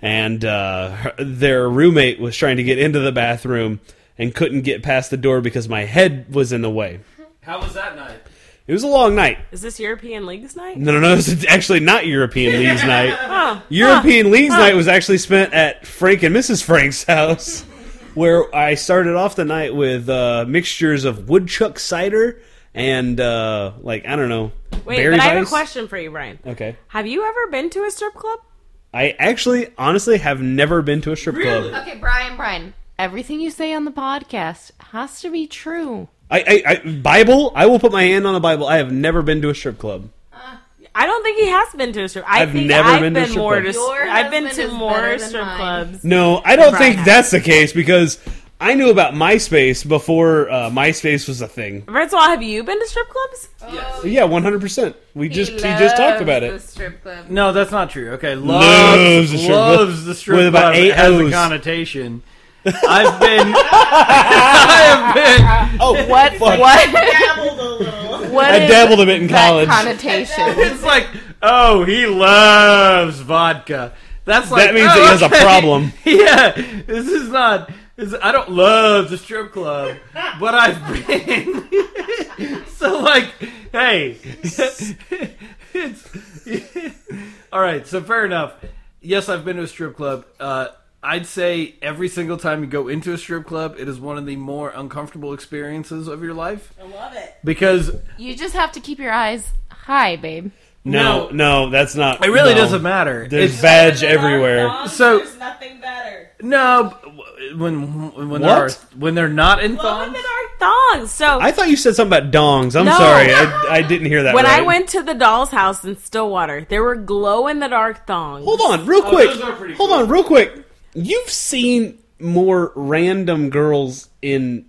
Speaker 1: and uh, her- their roommate was trying to get into the bathroom and couldn't get past the door because my head was in the way.
Speaker 6: How was that night?
Speaker 1: It was a long night.
Speaker 4: Is this European Leagues night?
Speaker 1: No, no, no. It's actually not European Leagues night.
Speaker 4: Oh,
Speaker 1: European Leagues night was actually spent at Frank and Mrs. Frank's house, where I started off the night with uh, mixtures of woodchuck cider and uh, like I don't know.
Speaker 4: wait,
Speaker 1: berry
Speaker 4: but I have a
Speaker 1: vice.
Speaker 4: question for you, Brian.
Speaker 1: Okay,
Speaker 4: Have you ever been to a strip club?
Speaker 1: I actually, honestly, have never been to a strip club.
Speaker 9: Okay, Brian, Brian, everything you say on the podcast has to be true.
Speaker 1: I, I, I Bible. I will put my hand on the Bible. I have never been to a strip club.
Speaker 4: I don't think he has been to a strip. I
Speaker 1: I've
Speaker 4: think
Speaker 1: never
Speaker 4: I've
Speaker 1: been
Speaker 4: been,
Speaker 1: to a strip
Speaker 4: more
Speaker 1: club.
Speaker 4: to. s-
Speaker 9: Your
Speaker 4: I've been
Speaker 9: husband
Speaker 4: to
Speaker 9: is better
Speaker 4: more
Speaker 9: than
Speaker 4: strip
Speaker 9: mine.
Speaker 4: clubs.
Speaker 1: No, I don't
Speaker 4: Right.
Speaker 1: think that's the case because I knew about MySpace before uh, MySpace was a thing.
Speaker 4: First of all, have you been to strip clubs?
Speaker 6: Yes.
Speaker 1: Yeah, one hundred percent. We just we just talked about it.
Speaker 9: strip club.
Speaker 2: No, that's not true. Okay,
Speaker 1: Loves
Speaker 2: loves,
Speaker 1: the
Speaker 2: the
Speaker 1: strip
Speaker 2: loves the strip
Speaker 1: With about
Speaker 2: club
Speaker 1: eight
Speaker 2: has
Speaker 1: O's.
Speaker 2: a connotation. I've been, I have been.
Speaker 1: Oh,
Speaker 9: What?
Speaker 1: Fuck.
Speaker 9: What?
Speaker 6: Dabbled a little.
Speaker 9: What?
Speaker 1: I
Speaker 9: is
Speaker 1: dabbled a bit in
Speaker 9: that
Speaker 1: college.
Speaker 9: connotation.
Speaker 2: It's like, oh, he loves vodka. That's like
Speaker 1: That means
Speaker 2: oh,
Speaker 1: that he has a
Speaker 2: okay.
Speaker 1: problem.
Speaker 2: yeah, this is not. This, I don't love the strip club, but I've been. so like, hey, it's all right. So fair enough. Yes, I've been to a strip club. Uh, I'd say every single time you go into a strip club, it is one of the more uncomfortable experiences of your life
Speaker 6: I love it.
Speaker 2: because
Speaker 9: You just have to keep your eyes high, babe.
Speaker 1: No, no, that's not.
Speaker 2: it really
Speaker 1: no.
Speaker 2: doesn't matter.
Speaker 1: There's
Speaker 2: It's-
Speaker 1: badge everywhere.
Speaker 2: So-
Speaker 6: there's nothing better.
Speaker 2: No, b- when when there are,
Speaker 1: What?
Speaker 2: when they're not in
Speaker 4: Well,
Speaker 2: thongs.
Speaker 4: women are thongs. So
Speaker 1: I thought you said something about dongs. I'm
Speaker 4: No.
Speaker 1: sorry, I, I didn't hear that.
Speaker 4: when I
Speaker 1: right.
Speaker 4: went to the doll's house in Stillwater, there were glow in the dark thongs.
Speaker 1: hold on, real quick.
Speaker 6: Oh, those are pretty
Speaker 1: hold
Speaker 6: cool.
Speaker 1: on, real quick. You've seen more random girls in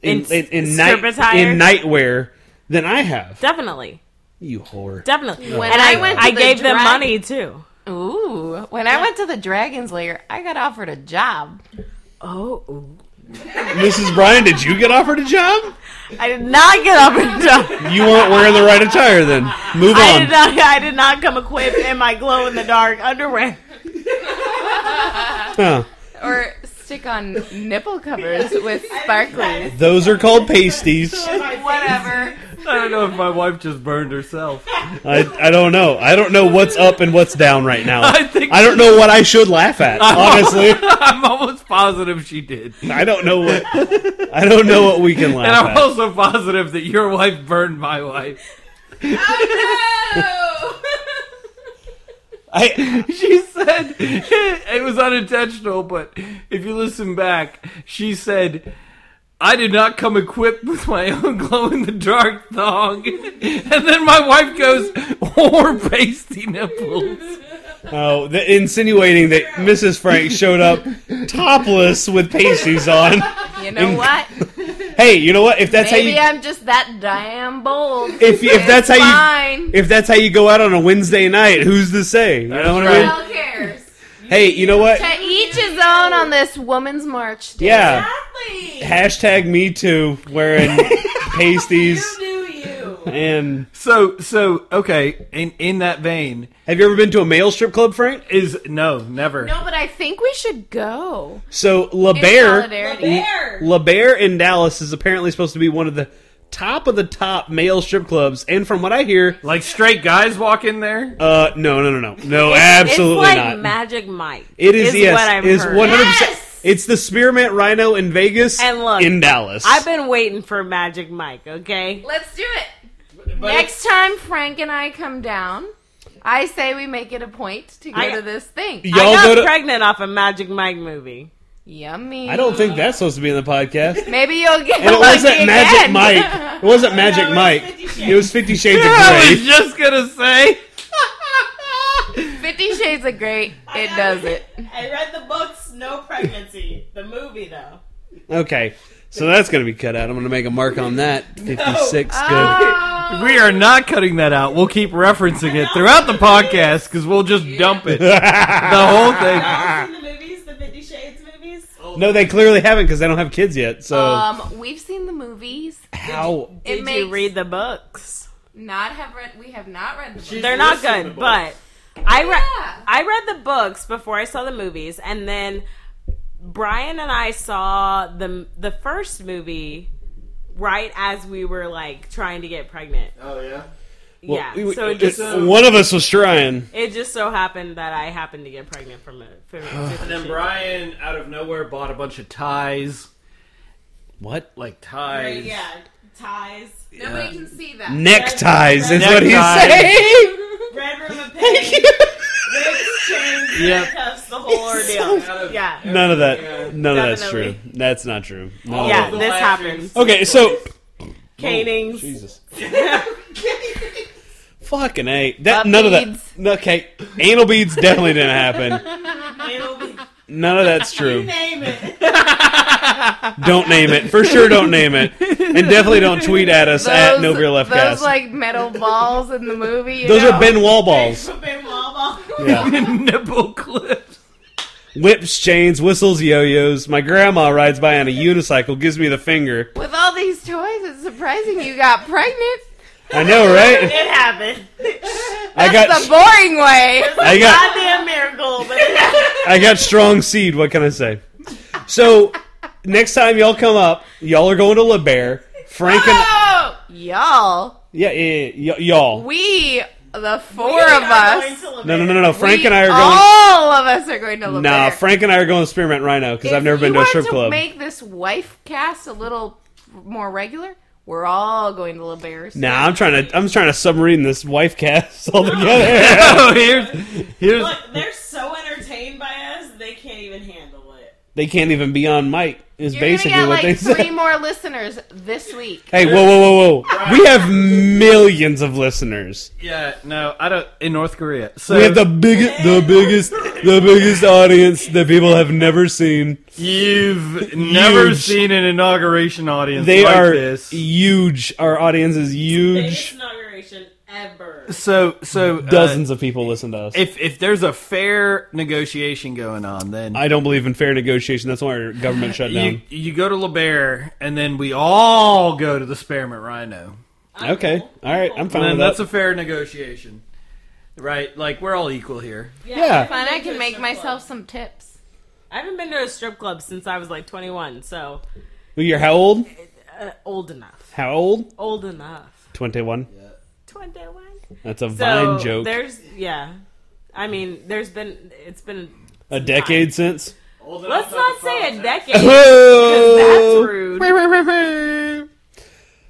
Speaker 1: in
Speaker 4: In
Speaker 1: in, in,
Speaker 4: s-
Speaker 1: night
Speaker 4: strip attire?
Speaker 1: in nightwear than I have.
Speaker 4: Definitely,
Speaker 1: You whore.
Speaker 4: definitely.
Speaker 9: When
Speaker 4: and
Speaker 9: I
Speaker 4: I, I,
Speaker 9: went to the
Speaker 4: gave them
Speaker 9: drag-
Speaker 4: money too.
Speaker 9: Ooh. When I went to the Dragon's Lair, I got offered a job.
Speaker 4: Oh, ooh.
Speaker 1: Mrs. Bryan, did you get offered a job?
Speaker 4: I did not get up and down.
Speaker 1: You weren't wearing the right attire then. Move
Speaker 4: I did
Speaker 1: on.
Speaker 4: not. I did not come equipped in my glow in the dark underwear.
Speaker 1: Huh.
Speaker 9: Or stick on nipple covers with sparklies.
Speaker 1: Those are called pasties.
Speaker 9: Whatever.
Speaker 2: I don't know if my wife just burned herself.
Speaker 1: I, I don't know. I don't know what's up and what's down right now.
Speaker 2: I think-
Speaker 1: I don't know what I should laugh at, honestly.
Speaker 2: I'm almost positive she did, and
Speaker 1: I don't know what I don't know what we can laugh
Speaker 2: I'm
Speaker 1: at.
Speaker 2: also positive that your wife burned my wife.
Speaker 1: I,
Speaker 2: she said it was unintentional, but if you listen back, she said, I did not come equipped with my own glow in the dark thong. And then my wife goes, or pasty nipples.
Speaker 1: oh, the, insinuating that Mrs. Frank showed up topless with pasties on.
Speaker 9: You know what?
Speaker 1: Hey, you know what? If that's
Speaker 9: Maybe
Speaker 1: how you,
Speaker 9: I'm just that damn bold.
Speaker 1: if if that's how you,
Speaker 9: fine.
Speaker 1: if that's how you go out on a Wednesday night, who's to say? You know what I mean?
Speaker 9: Who cares?
Speaker 1: Hey, you know what?
Speaker 9: To each his own on this woman's march. Dude.
Speaker 1: Yeah. Hashtag me too, wearing pasties. And
Speaker 2: So, so, okay, in, in that vein,
Speaker 1: have you ever been to a male strip club, Frank?
Speaker 2: is no, never.
Speaker 9: No, but I think we should go.
Speaker 1: So
Speaker 9: In
Speaker 1: LaBear,
Speaker 9: solidarity.
Speaker 1: LaBear in Dallas is apparently supposed to be one of the top of the top male strip clubs, and from what I hear,
Speaker 2: Like straight guys walk in there?
Speaker 1: uh, no, no, no, no, no, absolutely
Speaker 4: it's like
Speaker 1: not.
Speaker 4: Magic Mike.
Speaker 1: it is, yes,
Speaker 4: what I'm
Speaker 1: it is
Speaker 4: heard.
Speaker 1: one hundred percent.
Speaker 9: Yes!
Speaker 1: It's the Spearmint Rhino in Vegas
Speaker 4: And look,
Speaker 1: in Dallas.
Speaker 4: I've been waiting for Magic Mike. Okay,
Speaker 9: Let's do it.
Speaker 14: But
Speaker 9: Next time Frank and I come down, I say we make it a point to go
Speaker 4: I-
Speaker 9: to this thing.
Speaker 4: I
Speaker 1: Y'all
Speaker 4: got
Speaker 1: go to.
Speaker 4: pregnant off a Magic Mike movie.
Speaker 9: Yummy.
Speaker 1: I don't think that's supposed to be in the podcast.
Speaker 9: Maybe you'll get
Speaker 1: And it
Speaker 9: lucky
Speaker 1: wasn't Magic
Speaker 9: again.
Speaker 1: Mike. It wasn't Magic
Speaker 14: was
Speaker 1: Mike.
Speaker 14: 50 Shades.
Speaker 1: It was Fifty Shades
Speaker 2: I
Speaker 1: of
Speaker 2: was
Speaker 1: Grey.
Speaker 2: just gonna say.
Speaker 9: Fifty Shades of Grey. It does it.
Speaker 4: I read the books, no pregnancy. the movie though.
Speaker 1: Okay, so that's gonna be cut out. I'm gonna make a mark on that. Fifty-six.
Speaker 9: Ah.
Speaker 1: Good.
Speaker 9: Oh.
Speaker 2: We are not cutting that out. We'll keep referencing it throughout the podcast because we'll just dump it. The whole thing.
Speaker 4: In the movies, the Fifty Shades movies.
Speaker 1: No, they clearly haven't because they don't have kids yet. So
Speaker 9: Um, we've seen the movies.
Speaker 1: how?
Speaker 9: It
Speaker 4: Did
Speaker 9: makes
Speaker 4: you read the books?
Speaker 9: not have read. We have not read. The books.
Speaker 4: They're not good, but I read
Speaker 9: Yeah.
Speaker 4: I read the books before I saw the movies, and then Brian and I saw the the first movie right as we were like trying to get pregnant.
Speaker 14: Oh yeah.
Speaker 4: yeah,
Speaker 1: we-
Speaker 4: so it
Speaker 1: it-
Speaker 4: just
Speaker 1: one of us was trying.
Speaker 4: it just so happened that I happened to get pregnant from it. From and
Speaker 2: And then Brian, out of nowhere, bought a bunch of ties,
Speaker 1: What
Speaker 2: like ties.
Speaker 4: ties,
Speaker 9: Nobody can see that.
Speaker 1: neckties? Is what he's
Speaker 2: Neckties.
Speaker 1: saying.
Speaker 4: red room of pain, chains,
Speaker 2: Yep.
Speaker 4: handcuffs, the whole ordeal. yeah,
Speaker 1: None of that. None of that's true.
Speaker 4: Definitely.
Speaker 1: That's not true. None of
Speaker 4: yeah,
Speaker 1: that.
Speaker 4: this happens.
Speaker 1: Okay, so
Speaker 4: Canings.
Speaker 1: Oh, Jesus. Fucking a. That none
Speaker 9: beads.
Speaker 1: of that. Okay, anal beads definitely didn't happen. None of that's true.
Speaker 4: Name it.
Speaker 1: Don't name it. For sure, don't name it, and definitely don't tweet at us at No Beer Left
Speaker 9: those
Speaker 1: Cast.
Speaker 9: like metal balls in the movie. you
Speaker 1: those
Speaker 9: know?
Speaker 1: are Ben Wall balls. Yeah.
Speaker 2: Nipple clips.
Speaker 1: Whips, chains, whistles, yo-yos. My grandma rides by on a unicycle, gives me the finger.
Speaker 9: With all these toys, it's surprising you got pregnant.
Speaker 1: I know, right?
Speaker 4: It happened.
Speaker 1: I
Speaker 9: The
Speaker 1: got,
Speaker 9: boring way.
Speaker 1: I got,
Speaker 4: Goddamn miracle, but it happened.
Speaker 1: I got strong seed. What can I say? So next time y'all come up, y'all are going to La Bear. Frank and
Speaker 9: Oh, y'all,
Speaker 1: yeah, yeah, yeah y- y'all.
Speaker 9: we, the four of us,
Speaker 1: No, no, no, no, no. Frank
Speaker 9: we-
Speaker 1: and I are going.
Speaker 9: All of us are going to La
Speaker 1: Nah,
Speaker 9: Bear.
Speaker 1: Frank and I are going to Spearmint Rhino because I've
Speaker 9: If
Speaker 1: never been
Speaker 9: you
Speaker 1: to a
Speaker 9: want
Speaker 1: strip club.
Speaker 9: Make this wife cast a little more regular. We're all going to La Bear's.
Speaker 1: Nah, I'm trying to I'm trying to submarine this wife cast all together.
Speaker 2: Oh, here's here's
Speaker 4: they're so entertained by us, they can't even handle it.
Speaker 1: they can't even be on mic. Is
Speaker 9: You're
Speaker 1: basically
Speaker 9: gonna get
Speaker 1: what
Speaker 9: like
Speaker 1: they
Speaker 9: three
Speaker 1: say.
Speaker 9: more listeners this week.
Speaker 1: Hey, whoa, whoa, whoa, whoa! We have millions of listeners.
Speaker 2: yeah. No, I don't. In North Korea, so
Speaker 1: We have the biggest, the biggest, the biggest audience that people have never seen.
Speaker 2: you've never
Speaker 1: Huge.
Speaker 2: seen an inauguration audience
Speaker 1: They
Speaker 2: like
Speaker 1: are e
Speaker 2: this.
Speaker 1: huge. Our audience is
Speaker 4: Biggest
Speaker 1: huge.
Speaker 4: inauguration ever.
Speaker 2: So so uh,
Speaker 1: Dozens of people listen to us.
Speaker 2: if if there's a fair negotiation going on, then
Speaker 1: I don't believe in fair negotiation. That's why our government shut
Speaker 2: you
Speaker 1: down.
Speaker 2: you go to LeBear, and then we all go to the Spearmint Rhino.
Speaker 1: Okay, all right, I'm
Speaker 2: And
Speaker 1: fine
Speaker 2: then
Speaker 1: with
Speaker 2: that's
Speaker 1: Oh, that.
Speaker 2: a fair negotiation, right? Like we're all equal here.
Speaker 1: Yeah,
Speaker 9: Fun. I can make myself some tips.
Speaker 4: I haven't been to a strip club since I was like 21, so
Speaker 1: you're how old?
Speaker 4: uh, old enough.
Speaker 1: How old?
Speaker 4: Old enough.
Speaker 1: Twenty-one.
Speaker 4: 21.
Speaker 1: That's a
Speaker 4: So
Speaker 1: Vine joke.
Speaker 4: there's yeah. I mean, there's been it's been
Speaker 1: A decade since.
Speaker 4: let's not say a decade.
Speaker 1: Whoa!
Speaker 4: That's rude.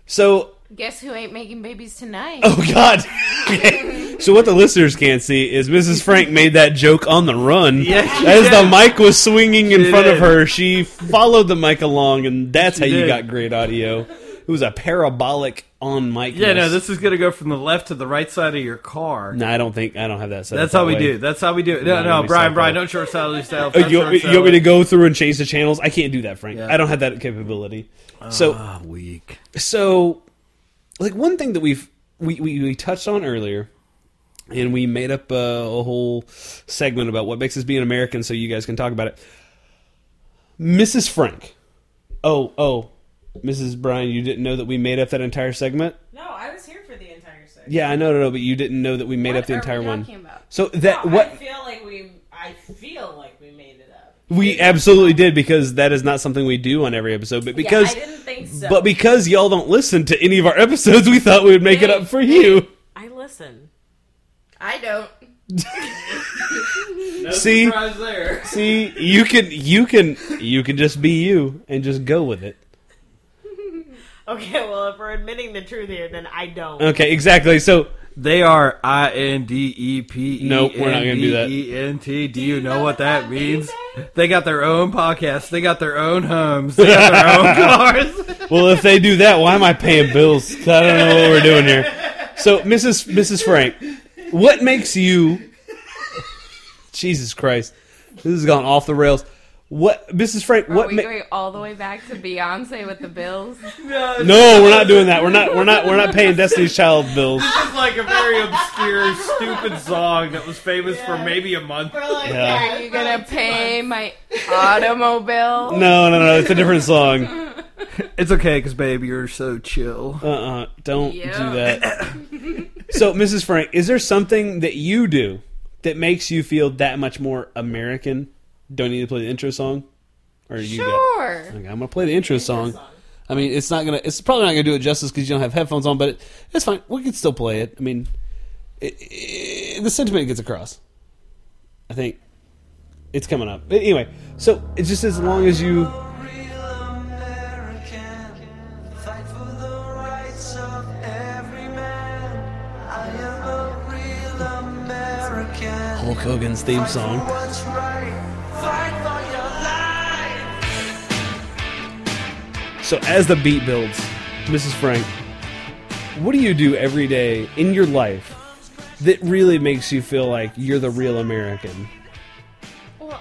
Speaker 1: So,
Speaker 9: Guess who ain't making babies tonight?
Speaker 1: oh god, oh So what the listeners can't see is Mrs. Frank made that joke on the run.
Speaker 2: Yeah, she
Speaker 1: As the
Speaker 2: did.
Speaker 1: mic was swinging in
Speaker 2: She
Speaker 1: front of
Speaker 2: did.
Speaker 1: her, she followed the mic along, and that's how you
Speaker 2: did.
Speaker 1: got great audio. It was a parabolic on mic.
Speaker 2: Yeah, no, this is gonna go from the left to the right side of your car.
Speaker 1: No, I don't think I don't have that set.
Speaker 2: That's
Speaker 1: up
Speaker 2: how
Speaker 1: that
Speaker 2: we
Speaker 1: way.
Speaker 2: do. That's how we do. it. No,
Speaker 1: No,
Speaker 2: no,
Speaker 1: let me
Speaker 2: Brian,
Speaker 1: stop
Speaker 2: Brian,
Speaker 1: that.
Speaker 2: don't short sell yourself.
Speaker 1: Oh,
Speaker 2: Don't
Speaker 1: you, want me,
Speaker 2: short
Speaker 1: you want me to
Speaker 2: sell
Speaker 1: go through and change the channels? I can't do that, Frank. I don't have that capability. So
Speaker 2: it. Ah, weak.
Speaker 1: so like one thing that we've we, we, we touched on earlier and we made up a, a whole segment about what makes us be an american so you guys can talk about it mrs frank oh oh mrs bryan you didn't know that we made up that entire segment
Speaker 4: No, I was here for the entire segment.
Speaker 1: yeah i know no no but you didn't know that we made
Speaker 9: What
Speaker 1: up the
Speaker 9: are we
Speaker 1: entire one
Speaker 9: talking about?
Speaker 1: so that what
Speaker 4: I feel like we. I feel like we made it up.
Speaker 1: we absolutely did because that is not something we do on every episode but because
Speaker 4: yeah, I didn't think so.
Speaker 1: but because y'all don't listen to any of our episodes we thought we would make it up for you
Speaker 4: I listen.
Speaker 9: I don't.
Speaker 1: see
Speaker 2: Surprise there.
Speaker 1: See, you can you can you can just be you and just go with it.
Speaker 4: Okay, well, if we're admitting the truth here, then I don't.
Speaker 1: Okay, exactly. So
Speaker 2: They are I N D E P E.
Speaker 1: Nope, we're not gonna do that.
Speaker 2: E N T. Do you know what that means? They got their own podcast. They got their own homes. They got their own cars.
Speaker 1: well, if they do that, why am I paying bills? 'Cause I don't know what we're doing here. So, Mrs. Mrs. Frank, what makes you? Jesus Christ, this has gone off the rails. What, Mrs. Frank?
Speaker 9: Are
Speaker 1: What?
Speaker 9: we
Speaker 1: Ma-
Speaker 9: going all the way back to Beyonce with the bills?
Speaker 1: no, we're not doing that. We're not. We're not. We're not paying Destiny's Child bills.
Speaker 2: It's like a very obscure, stupid song that was famous for maybe a month.
Speaker 1: Yeah.
Speaker 9: Are you gonna pay my automobile?
Speaker 1: No, no, no. It's a different song. Uh,
Speaker 2: It's okay, cause babe, you're so chill.
Speaker 1: uh-uh, uh, do not
Speaker 9: Yeah.
Speaker 1: do that. So, Mrs. Frank, is there something that you do that makes you feel that much more American? Don't need to play the intro song, or you? Got,
Speaker 9: Sure.
Speaker 1: okay, I'm gonna play the intro song. I mean, it's not gonna. It's probably not gonna do it justice because you don't have headphones on, but it, it's fine. We can still play it. I mean, it, it, the sentiment gets across. I think it's coming up. But anyway, so it's just as long as you. Hulk Hogan's theme song. So as the beat builds, Mrs. Frank, what do you do every day in your life that really makes you feel like you're the real American?
Speaker 9: Well,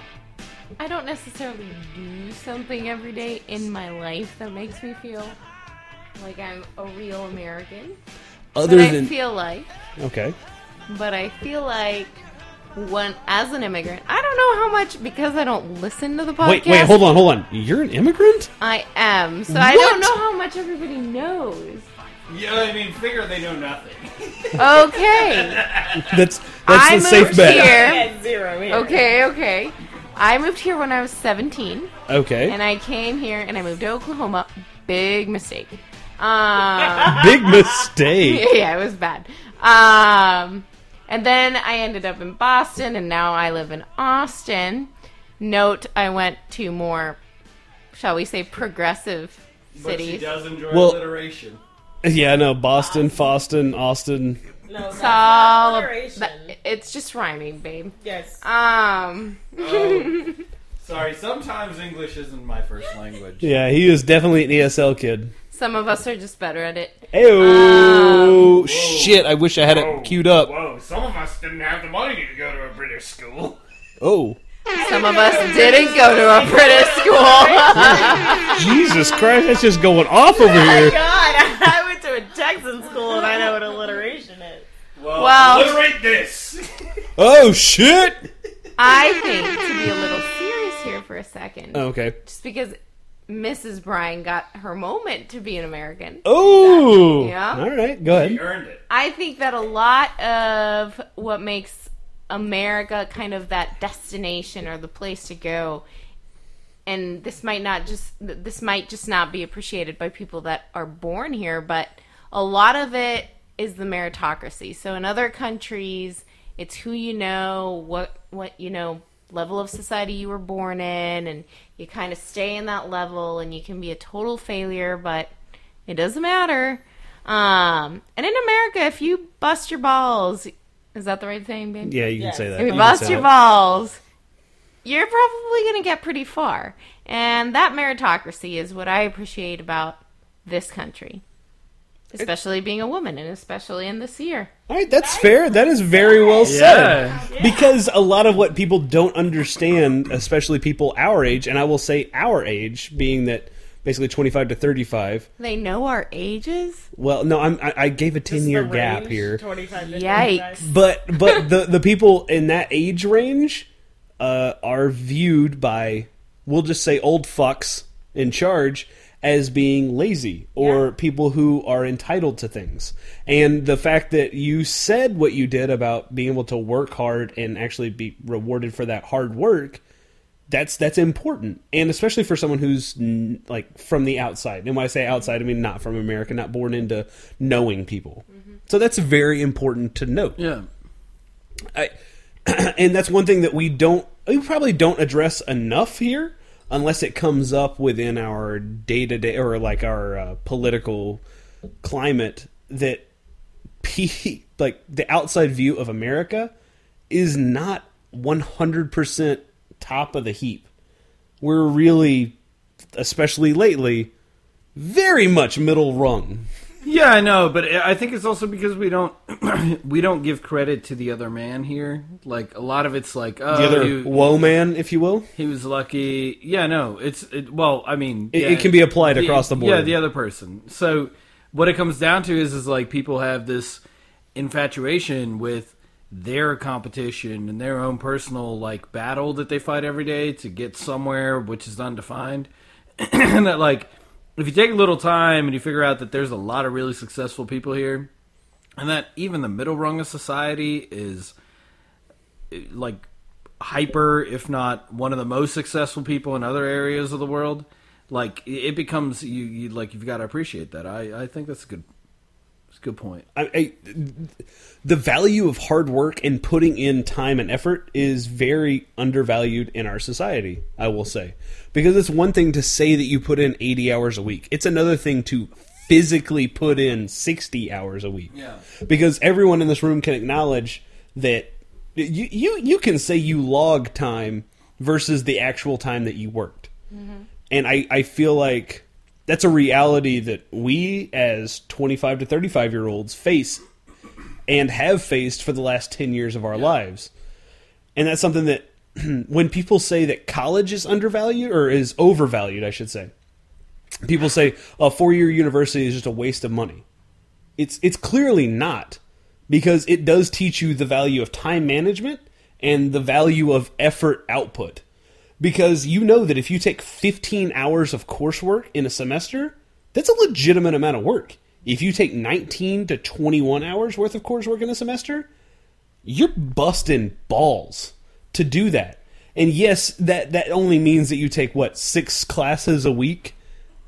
Speaker 9: I don't necessarily do something every day in my life that makes me feel like I'm a real American.
Speaker 1: Other
Speaker 9: but I
Speaker 1: than
Speaker 9: feel like,
Speaker 1: okay,
Speaker 9: but I feel like when as an immigrant, I don't know how much because I don't listen to the podcast.
Speaker 1: wait, wait, hold on, hold on. You're an immigrant?
Speaker 9: I am, so I
Speaker 1: What?
Speaker 9: don't know how much everybody knows.
Speaker 15: Yeah, I mean, figure they know nothing.
Speaker 9: Okay.
Speaker 1: That's that's the
Speaker 9: I moved
Speaker 1: safe bet.
Speaker 9: here.
Speaker 4: zero here.
Speaker 9: Okay, okay. I moved here when I was 17,
Speaker 1: Okay,
Speaker 9: and I came here and I moved to Oklahoma. Big mistake. Um,
Speaker 1: big mistake.
Speaker 9: yeah, it was bad. Um, and then I ended up in Boston, and now I live in Austin. Note, I went to more, shall we say, progressive cities.
Speaker 2: does enjoy
Speaker 1: Well-
Speaker 2: alliteration.
Speaker 1: Yeah, I know. Boston, Foston, Austin.
Speaker 4: No, that's
Speaker 9: It's all
Speaker 4: alliteration.
Speaker 9: that- it's just rhyming, babe.
Speaker 4: yes.
Speaker 9: Um,
Speaker 2: Oh. Sorry, sometimes English isn't my first language.
Speaker 1: Yeah, he is definitely an ESL kid.
Speaker 9: some of us are just better at it.
Speaker 1: Oh shit! I wish I had it queued up.
Speaker 15: Whoa, some of us didn't have the money to go to a British school.
Speaker 1: Oh.
Speaker 9: Some of us didn't go to a British school.
Speaker 1: Jesus Christ, that's just going off over
Speaker 9: Oh
Speaker 4: My God,
Speaker 1: here.
Speaker 4: I went to a Texan school and I know what alliteration is.
Speaker 9: well,
Speaker 15: Alliterate this.
Speaker 1: Oh shit!
Speaker 9: I think to be a little serious here for a second,
Speaker 1: Oh, Okay.
Speaker 9: just because Mrs. Bryan got her moment to be an American,
Speaker 1: Oh.
Speaker 9: Yeah.
Speaker 1: All right. Go
Speaker 15: You
Speaker 1: ahead.
Speaker 15: earned it.
Speaker 9: I think that a lot of what makes America kind of that destination or the place to go and this might not just this might just not be appreciated by people that are born here but a lot of it is the meritocracy so in other countries it's who you know what what you know level of society you were born in and you kind of stay in that level and you can be a total failure but it doesn't matter um, and in america if you bust your balls Is that the right thing, babe?
Speaker 1: Yeah, you can say that.
Speaker 9: If
Speaker 1: You
Speaker 9: you
Speaker 1: can
Speaker 9: bust
Speaker 1: say
Speaker 9: your
Speaker 1: it.
Speaker 9: balls, you're probably going to get pretty far. And that meritocracy is what I appreciate about this country, especially being a woman, and especially in this year.
Speaker 1: All right, that's fair. That is very well said. Because a lot of what people don't understand, especially people our age, and I will say our age, being that basically 25 to 35.
Speaker 9: They know our ages.
Speaker 1: Well, no, I'm, I, I gave a 10 year gap here.
Speaker 9: Yikes!
Speaker 1: But but the the people in that age range uh, are viewed by we'll just say old fucks in charge as being lazy or people who are entitled to things. And the fact that you said what you did about being able to work hard and actually be rewarded for that hard work that's that's important and especially for someone who's n- like from the outside and when i say outside i mean not from america not born into knowing people so that's very important to note
Speaker 2: Yeah.
Speaker 1: I, and that's one thing that we don't we probably don't address enough here unless it comes up within our day-to-day or like our uh, political climate that p like the outside view of america is not 100% top of the heap we're really especially lately very much middle rung
Speaker 2: Yeah, I know, but I I think it's also because we don't we don't give credit to the other man here. Like a lot of it's like, oh,
Speaker 1: the other
Speaker 2: you-
Speaker 1: woe man if you will
Speaker 2: he was lucky. Yeah, no, it's it, well, I mean,
Speaker 1: It-
Speaker 2: yeah,
Speaker 1: it can be applied across the board.
Speaker 2: Yeah, the other person. So what it comes down to is is like people have this infatuation with their competition and their own personal like battle that they fight every day to get somewhere which is undefined. and that like if you take a little time and you figure out that there's a lot of really successful people here and that even the middle rung of society is eh, like hyper if not one of the most successful people in other areas of the world like it it becomes you, you like you've got to appreciate that i i think that's a good that's a good point
Speaker 1: I, I, the value of hard work and putting in time and effort is very undervalued in our society, I will say. Because it's one thing to say that you put in 80 hours a week, it's another thing to physically put in 60 hours a week. Yeah. Because everyone in this room can acknowledge that you, you, you can say you log time versus the actual time that you worked and I, I feel like that's a reality that we as 25 to 35 year olds face and have faced for the last 10 years of our lives and that's something that when people say that college is undervalued or is overvalued i should say people say a four-year university is just a waste of money it's it's clearly not because it does teach you the value of time management and the value of effort output because you know that if you take 15 hours of coursework in a semester that's a legitimate amount of work if you take 19 to 21 hours worth of coursework in a semester you're busting balls to do that and yes that that only means that you take what six classes a week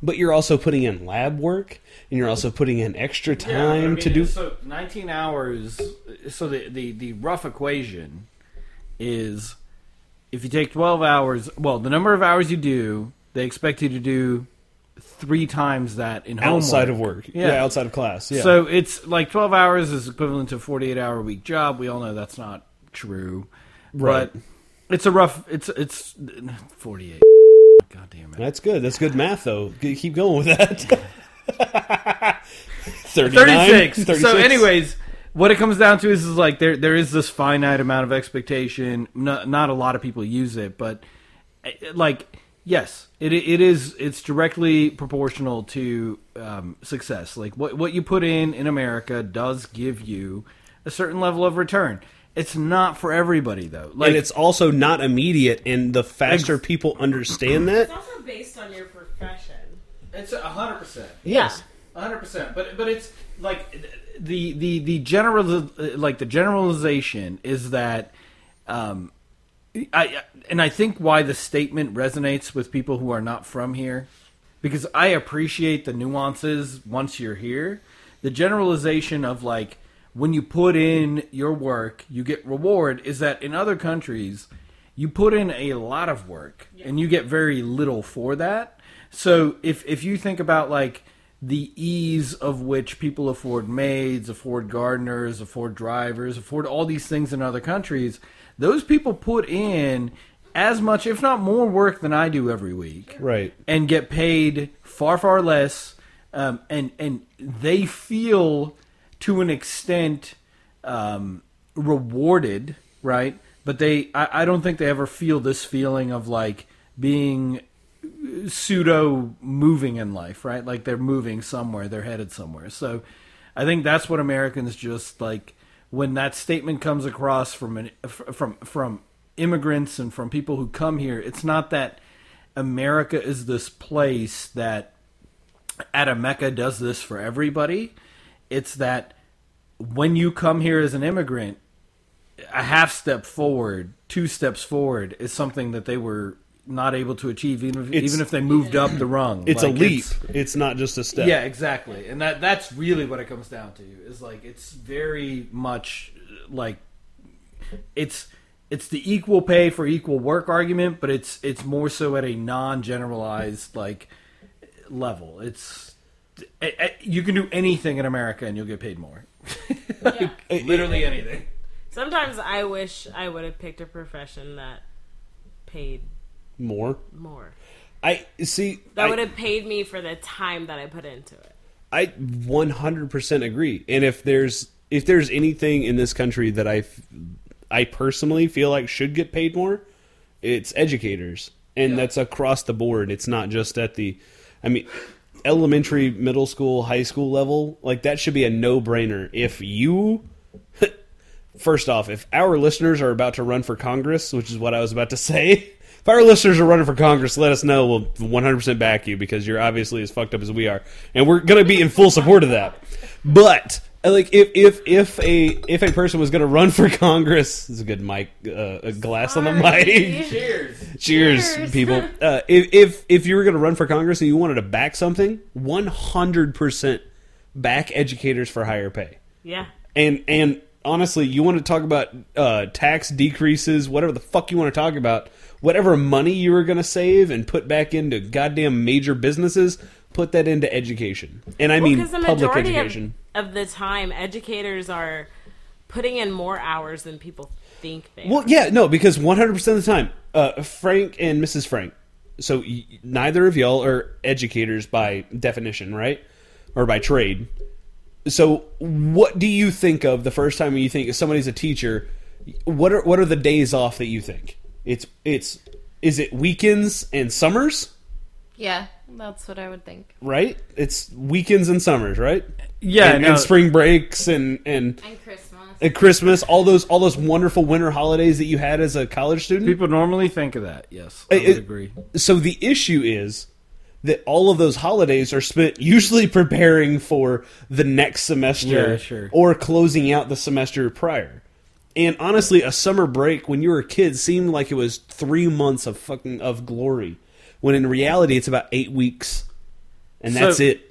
Speaker 1: but you're also putting in lab work and you're also putting in extra time to do
Speaker 2: so 19 hours so the, the the rough equation is if you take 12 hours well the number of hours you do they expect you to do three times that in
Speaker 1: outside
Speaker 2: homework.
Speaker 1: of work.
Speaker 2: Yeah.
Speaker 1: Yeah. outside of class. Yeah.
Speaker 2: So it's like 12 hours is equivalent to a 48 hour week job. We all know that's not true.
Speaker 1: Right.
Speaker 2: But it's a rough it's it's 48. God damn it.
Speaker 1: that's good. That's good math, though. G- Keep going with that. 39,
Speaker 2: 36.
Speaker 1: 36.
Speaker 2: So anyways, what it comes down to is, is like there there is this finite amount of expectation. Not, not a lot of people use it, but eh, like yes, it it is it's directly proportional to um, success. Like what what you put in in America does give you a certain level of return. It's not for everybody though. Like
Speaker 1: and it's also not immediate, and the faster
Speaker 2: Ex-
Speaker 1: people understand that,
Speaker 4: It's also based on your profession.
Speaker 2: it's a hundred percent.
Speaker 1: yes,
Speaker 2: hundred percent. But but it's like the the the general uh, like the generalization is that, um, I and I think why the statement resonates with people who are not from here, because I appreciate the nuances once you're here. The generalization of like when you put in your work, you get reward. Is that in other countries? you put in a lot of work and you get very little for that. So if if you think about like the ease of which people afford maids, afford gardeners, afford drivers, afford all these things in other countries, those people put in as much, if not more, work than I do every week
Speaker 1: Right.
Speaker 2: and get paid far far less um, and and they feel to an extent um, rewarded right but they I, I don't think they ever feel this feeling of like being pseudo moving in life right like they're moving somewhere they're headed somewhere so i think that's what americans just like when that statement comes across from an, from from immigrants and from people who come here it's not that America is this place that at a Mecca does this for everybody. It's that when you come here as an immigrant, a half step forward, two steps forward is something that they were not able to achieve, even if,
Speaker 1: It's-
Speaker 2: even if they moved up the rung.
Speaker 1: It's
Speaker 2: Like,
Speaker 1: a leap. It's, not just a step.
Speaker 2: yeah, exactly, and that that's really what it comes down to is like it's very much like it's it's the equal pay for equal work argument, but it's it's more so at a non generalized like level. It's I- I- you can do anything in America and you'll get paid more. Like,
Speaker 1: Eh,
Speaker 2: Literally anything.
Speaker 4: Sometimes I wish I would have picked a profession that paid
Speaker 1: More.
Speaker 4: more.
Speaker 1: I see.
Speaker 4: That
Speaker 1: I-
Speaker 4: would have paid me for the time that I put into it.
Speaker 1: I 100% agree. And if there's if there's anything in this country that I f- I personally feel like should get paid more, it's educators. And that's across the board. It's not just at the I mean elementary, middle school, high school level. Like that should be a no-brainer. If you First off, if our listeners are about to run for Congress, which is what I was about to say, if our listeners are running for Congress, let us know. We'll 100% back you because you're obviously as fucked up as we are, and we're going to be in full support of that. But uh, like, if if if a if a person was going to run for Congress, this is a good mic, uh, a glass on the mic.
Speaker 5: Cheers.
Speaker 1: Cheers,
Speaker 9: Cheers.
Speaker 1: people. Uh, if, if if you were going to run for Congress and you wanted to back something, 100% back educators for higher pay
Speaker 4: Yeah.
Speaker 1: and and honestly, you want to talk about uh, tax decreases, whatever the fuck you want to talk about, whatever money you were going to save and put back into goddamn major businesses, put that into education, and I mean
Speaker 4: Because the
Speaker 1: public
Speaker 4: majority
Speaker 1: education.
Speaker 4: Of, of the time, educators are putting in more hours than people think they
Speaker 1: Well,
Speaker 4: are.
Speaker 1: yeah, no, because 100% of the time, uh, Frank and Mrs. Frank, so y- neither of y'all are educators by definition, right? Or by trade. So, what do you think of the first time you think somebody's a teacher? What are what are the days off that you think? It's it's is it weekends and summers,
Speaker 9: Yeah, that's what I would think.
Speaker 1: right? It's weekends and summers, right?
Speaker 2: Yeah,
Speaker 1: and, and spring breaks and and
Speaker 9: And Christmas.
Speaker 1: and Christmas, all those all those wonderful winter holidays that you had as a college student.
Speaker 2: people normally think of that. Yes, I
Speaker 1: It-
Speaker 2: would
Speaker 1: it-
Speaker 2: agree.
Speaker 1: so the issue is that all of those holidays are spent usually preparing for the next semester
Speaker 2: Yeah, sure.
Speaker 1: or closing out the semester prior. And honestly, a summer break when you were a kid seemed like it was three months of fucking of glory, when in reality it's about eight weeks, and
Speaker 2: So-
Speaker 1: that's it.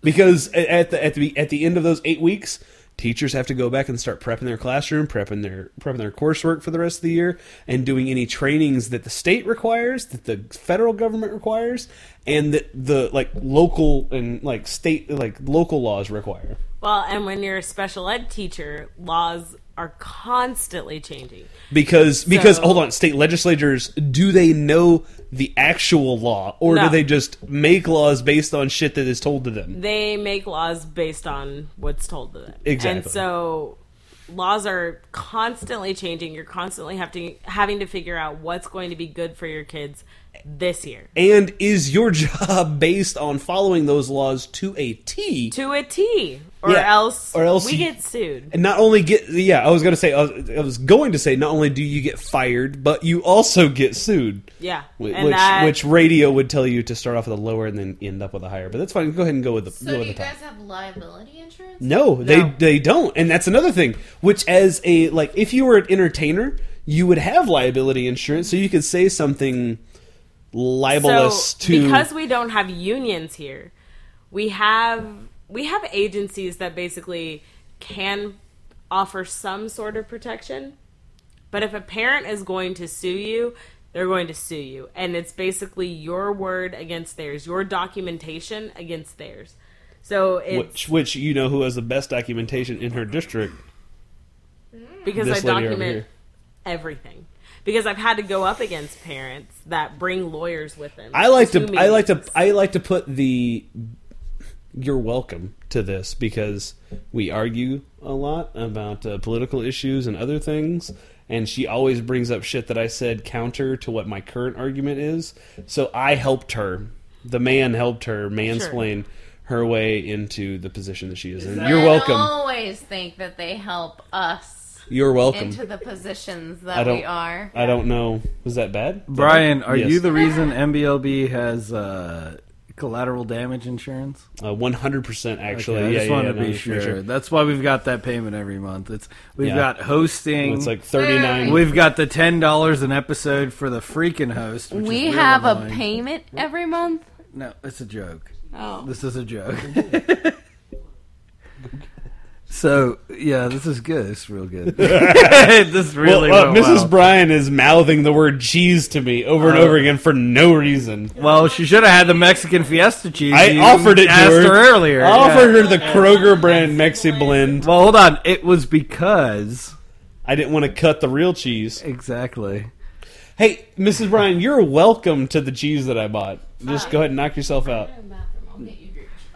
Speaker 1: Because a- at the at the at the end of those eight weeks, teachers have to go back and start prepping their classroom, prepping their prepping their coursework for the rest of the year, and doing any trainings that the state requires, that the federal government requires, and that the like local and like state like local laws require.
Speaker 4: Well, and when you're a special ed teacher, laws are constantly changing.
Speaker 1: Because because
Speaker 4: So-
Speaker 1: hold on, state legislatures do they know the actual law, or do
Speaker 4: No.
Speaker 1: they just make laws based on shit that is told to them?
Speaker 4: They make laws based on what's told to them.
Speaker 1: Exactly.
Speaker 4: And so laws are constantly changing. You're constantly have to, having to figure out what's going to be good for your kids this year.
Speaker 1: And is your job based on following those laws to a T?
Speaker 4: To a T, or
Speaker 1: Yeah.
Speaker 4: else
Speaker 1: Or else
Speaker 4: we
Speaker 1: you-
Speaker 4: get sued.
Speaker 1: And not only get yeah, I was gonna say I was, I was going to say not only do you get fired, but you also get sued.
Speaker 4: Yeah,
Speaker 1: Wh- Which
Speaker 4: and that-
Speaker 1: which radio would tell you to start off with a lower and then end up with a higher, but that's fine. Go ahead and go with the
Speaker 9: So
Speaker 1: go
Speaker 9: do
Speaker 1: with
Speaker 9: you
Speaker 1: the top.
Speaker 9: guys have liability insurance?
Speaker 1: No, they
Speaker 4: No.
Speaker 1: they don't, and that's another thing. Which, as a like, if you were an entertainer, you would have liability insurance, so you could say something libelous
Speaker 4: so
Speaker 1: to
Speaker 4: because we don't have unions here we have we have agencies that basically can offer some sort of protection but if a parent is going to sue you they're going to sue you and it's basically your word against theirs your documentation against theirs So it's
Speaker 1: Which, which you know who has the best documentation in her district?
Speaker 4: because I
Speaker 1: This lady over
Speaker 4: document
Speaker 1: here.
Speaker 4: everything. Because I've had to go up against parents that bring lawyers with them.
Speaker 1: I like to
Speaker 4: me.
Speaker 1: I like to I like to put the you're welcome to this because we argue a lot about uh, political issues and other things and she always brings up shit that I said counter to what my current argument is so I helped her the man helped her mansplain her way into the position that she is in you're
Speaker 9: I
Speaker 1: welcome
Speaker 9: always think that they help us
Speaker 1: you're welcome
Speaker 9: into the positions
Speaker 1: I
Speaker 9: that
Speaker 1: don't
Speaker 9: we are.
Speaker 1: I don't know was that bad
Speaker 2: Brian, are
Speaker 1: Yes.
Speaker 2: you the reason MBLB has uh, collateral damage insurance?
Speaker 1: uh, 100% actually
Speaker 2: Okay, I
Speaker 1: yeah,
Speaker 2: just
Speaker 1: yeah,
Speaker 2: wanted
Speaker 1: yeah,
Speaker 2: to
Speaker 1: no,
Speaker 2: be
Speaker 1: just make
Speaker 2: sure. That's why we've got that payment every month. It's we've
Speaker 1: Yeah.
Speaker 2: got hosting.
Speaker 1: it's like 39
Speaker 2: We've got the ten dollars an episode for the freaking host. Which
Speaker 9: We
Speaker 2: is real
Speaker 9: have a
Speaker 2: annoying.
Speaker 9: payment every month.
Speaker 2: No, it's a joke.
Speaker 9: Oh.
Speaker 2: This is a joke. so yeah, this is good. It's real good. this really
Speaker 1: well, uh,
Speaker 2: went
Speaker 1: Mrs.
Speaker 2: well.
Speaker 1: Bryan is mouthing the word cheese to me over and
Speaker 2: Uh,
Speaker 1: over again for no reason.
Speaker 2: well, she should have had the Mexican Fiesta cheese.
Speaker 1: I
Speaker 2: you
Speaker 1: offered it to
Speaker 2: asked
Speaker 1: her.
Speaker 2: earlier.
Speaker 1: I
Speaker 2: yeah.
Speaker 1: offered her the Kroger brand Mexi blend.
Speaker 2: Well, hold on. It was because
Speaker 1: I didn't want to cut the real cheese.
Speaker 2: exactly.
Speaker 1: Hey, Mrs. Bryan, you're welcome to the cheese that I bought. Just go ahead and knock yourself out.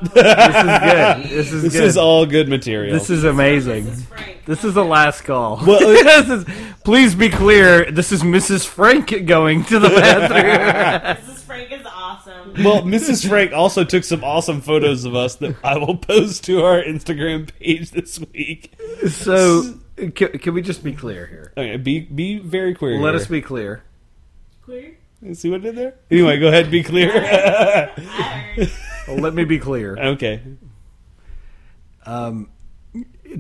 Speaker 2: This is good. This is
Speaker 1: This
Speaker 2: good.
Speaker 1: is all good material.
Speaker 2: This is amazing. This is, the last call.
Speaker 1: Well,
Speaker 2: This is- please be clear. This is Mrs. Frank going to the bathroom.
Speaker 4: Mrs. Frank is awesome.
Speaker 1: well, Mrs. Frank also took some awesome photos of us that I will post to our Instagram page this week.
Speaker 2: so, can, can we just be clear here?
Speaker 1: Okay, be be very clear.
Speaker 2: Let
Speaker 1: here.
Speaker 2: us be clear.
Speaker 1: see what I did there. Anyway, go ahead. Be clear.
Speaker 2: Let me be clear.
Speaker 1: okay.
Speaker 2: Um,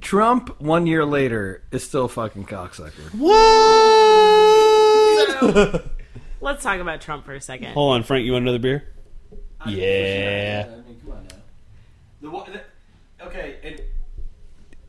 Speaker 2: Trump, one year later, is still a fucking cocksucker.
Speaker 1: What?
Speaker 4: Let's talk about Trump for a second.
Speaker 1: Hold on, Frank. You want another beer? Yeah.
Speaker 2: Okay.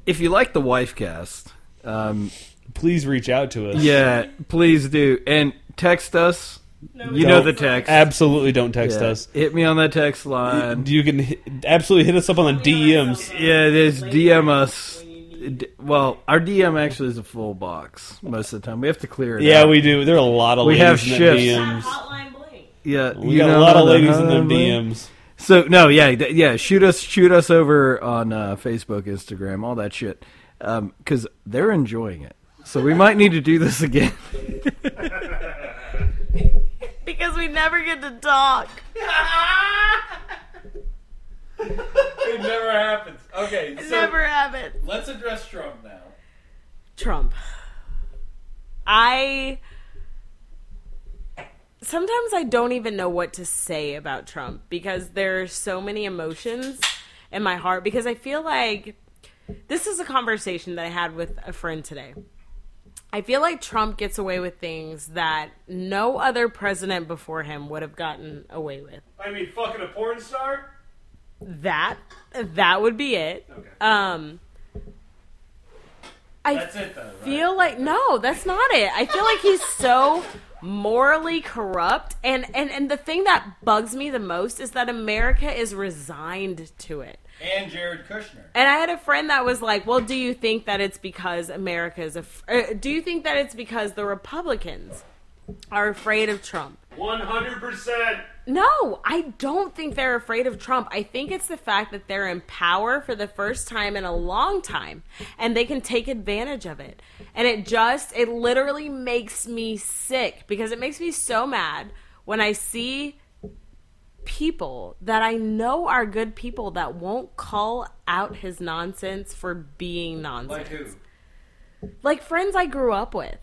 Speaker 2: If you like the wife cast, um,
Speaker 1: Please reach out to us.
Speaker 2: yeah, please do and text us. you know
Speaker 1: Don't.
Speaker 2: the text.
Speaker 1: Absolutely, don't text
Speaker 2: Yeah.
Speaker 1: us.
Speaker 2: Hit me on that text line.
Speaker 1: You can hit, absolutely hit us up on the DMs.
Speaker 2: yeah, there's DM us. D- Well, our DM actually is a full box most of the time. We have to clear it.
Speaker 1: Yeah,
Speaker 2: out.
Speaker 1: we do. There are a lot of
Speaker 2: We
Speaker 1: ladies
Speaker 2: have
Speaker 1: in the
Speaker 2: shifts.
Speaker 1: DMs.
Speaker 4: Hotline bling.
Speaker 2: yeah.
Speaker 1: We
Speaker 2: you
Speaker 1: got a
Speaker 2: know
Speaker 1: lot of
Speaker 2: that,
Speaker 1: ladies
Speaker 2: huh,
Speaker 1: in them
Speaker 2: boy?
Speaker 1: DMs.
Speaker 2: So no, yeah, th- yeah. Shoot us, shoot us over on uh, Facebook, Instagram, all that shit, because they're enjoying it. So we might need to do this again.
Speaker 4: Because we never get to talk.
Speaker 5: It never happens. Okay, so
Speaker 4: never have it.
Speaker 5: let's address Trump now.
Speaker 4: Trump. I sometimes I don't even know what to say about Trump because there are so many emotions in my heart because I feel like this is a conversation that I had with a friend today. I feel like Trump gets away with things that no other president before him would have gotten away with.
Speaker 5: I mean, fucking a porn star?
Speaker 4: That that would be it. Um I
Speaker 5: That's it, though, right?
Speaker 4: feel like no, that's not it. I feel like he's so morally corrupt and and and the thing that bugs me the most is that America is resigned to it.
Speaker 5: and Jared Kushner.
Speaker 4: And I had a friend that was like, "Well, do you think that it's because America is a uh, do you think that it's because the Republicans are afraid of Trump?"
Speaker 5: 100%.
Speaker 4: No, I don't think they're afraid of Trump. I think it's the fact that they're in power for the first time in a long time and they can take advantage of it. And it just, it literally makes me sick because it makes me so mad when I see people that I know are good people that won't call out his nonsense for being nonsense
Speaker 5: Like who?
Speaker 4: like friends I grew up with,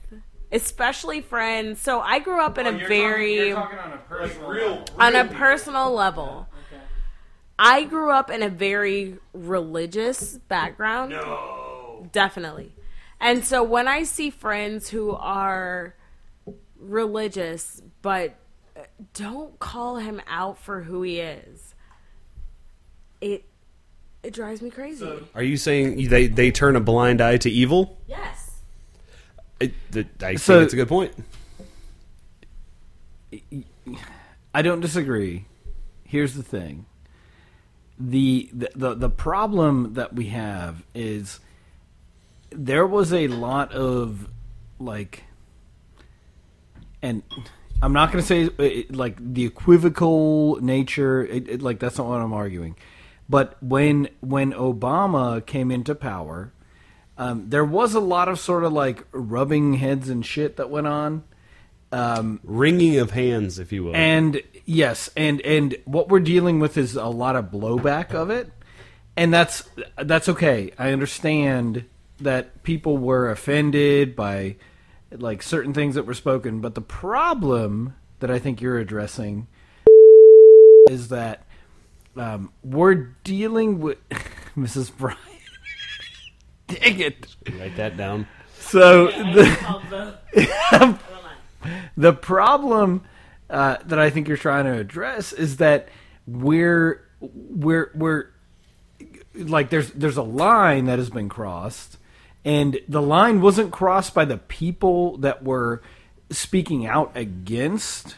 Speaker 4: especially friends. So I grew up in a very
Speaker 5: on a personal real.
Speaker 4: on a personal level. I grew up in a very religious background.
Speaker 5: No.
Speaker 4: Definitely. And so when I see friends who are religious but uh, don't call him out for who he is, it it drives me crazy.
Speaker 16: Are you saying they they turn a blind eye to evil?
Speaker 4: yes.
Speaker 16: I, th- I
Speaker 2: So-
Speaker 16: think it's a good point.
Speaker 2: I don't disagree. Here's the thing. the the- the the problem that we have is there was a lot of like and I'm not going to say uh, it, like the equivocal nature. It, it, like that's not what I'm arguing. But when when Obama came into power, um, there was a lot of sort of like rubbing heads and shit that went on.
Speaker 6: Wringing of hands, if you will.
Speaker 2: And yes, and and what we're dealing with is a lot of blowback of it, and that's that's okay. I understand that people were offended by like certain things that were spoken, but the problem that I think you're addressing is that um, we're dealing with Mrs. Bryant. Dang it!
Speaker 1: Write that down.
Speaker 2: So the
Speaker 4: Of the-
Speaker 2: the problem uh, that I think you're trying to address is that we're we're we're like there's there's a line that has been crossed, and the line wasn't crossed by the people that were speaking out against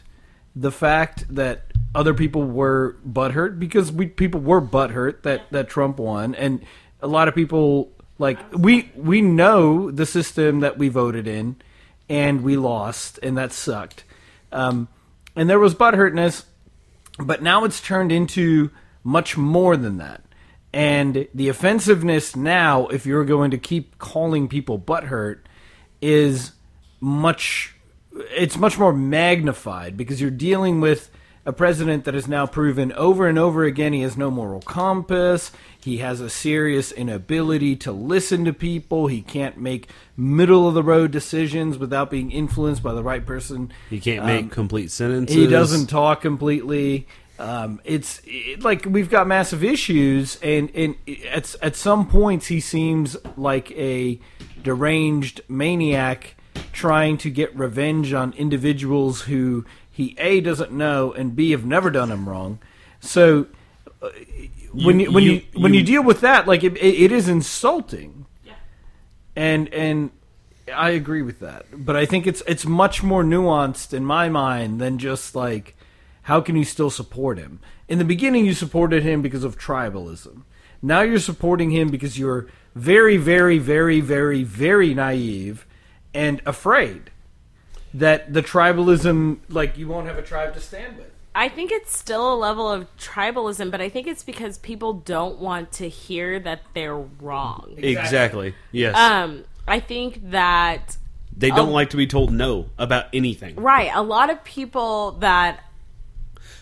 Speaker 2: the fact that other people were butthurt because we people were butthurt that that Trump won, and a lot of people like we we know the system that we voted in, and we lost, and that sucked, um, and there was butthurtness, but now it's turned into much more than that. And the offensiveness now, if you're going to keep calling people butthurt, is much it's much more magnified because you're dealing with a president that has now proven over and over again he has no moral compass he has a serious inability to listen to people he can't make middle of the road decisions without being influenced by the right person
Speaker 6: he can't make complete sentences.
Speaker 2: Um, he doesn't talk completely. Um, it's it, like we've got massive issues, and and at at some points he seems like a deranged maniac trying to get revenge on individuals who he a doesn't know and b have never done him wrong. So uh, when you, when you,
Speaker 6: you-
Speaker 2: when you
Speaker 6: you-
Speaker 2: deal with that, like it, it, it is insulting. And and I agree with that, but I think it's it's much more nuanced in my mind than just like how can you still support him? In the beginning, you supported him because of tribalism. Now you're supporting him because you're very, very, very, very, very naive and afraid that the tribalism, like you won't have a tribe to stand with.
Speaker 4: I think it's still a level of tribalism, but I think it's because people don't want to hear that they're wrong.
Speaker 6: Exactly. Yes.
Speaker 4: Um, I think that
Speaker 6: they don't like to be told no about anything.
Speaker 4: right, a lot of people that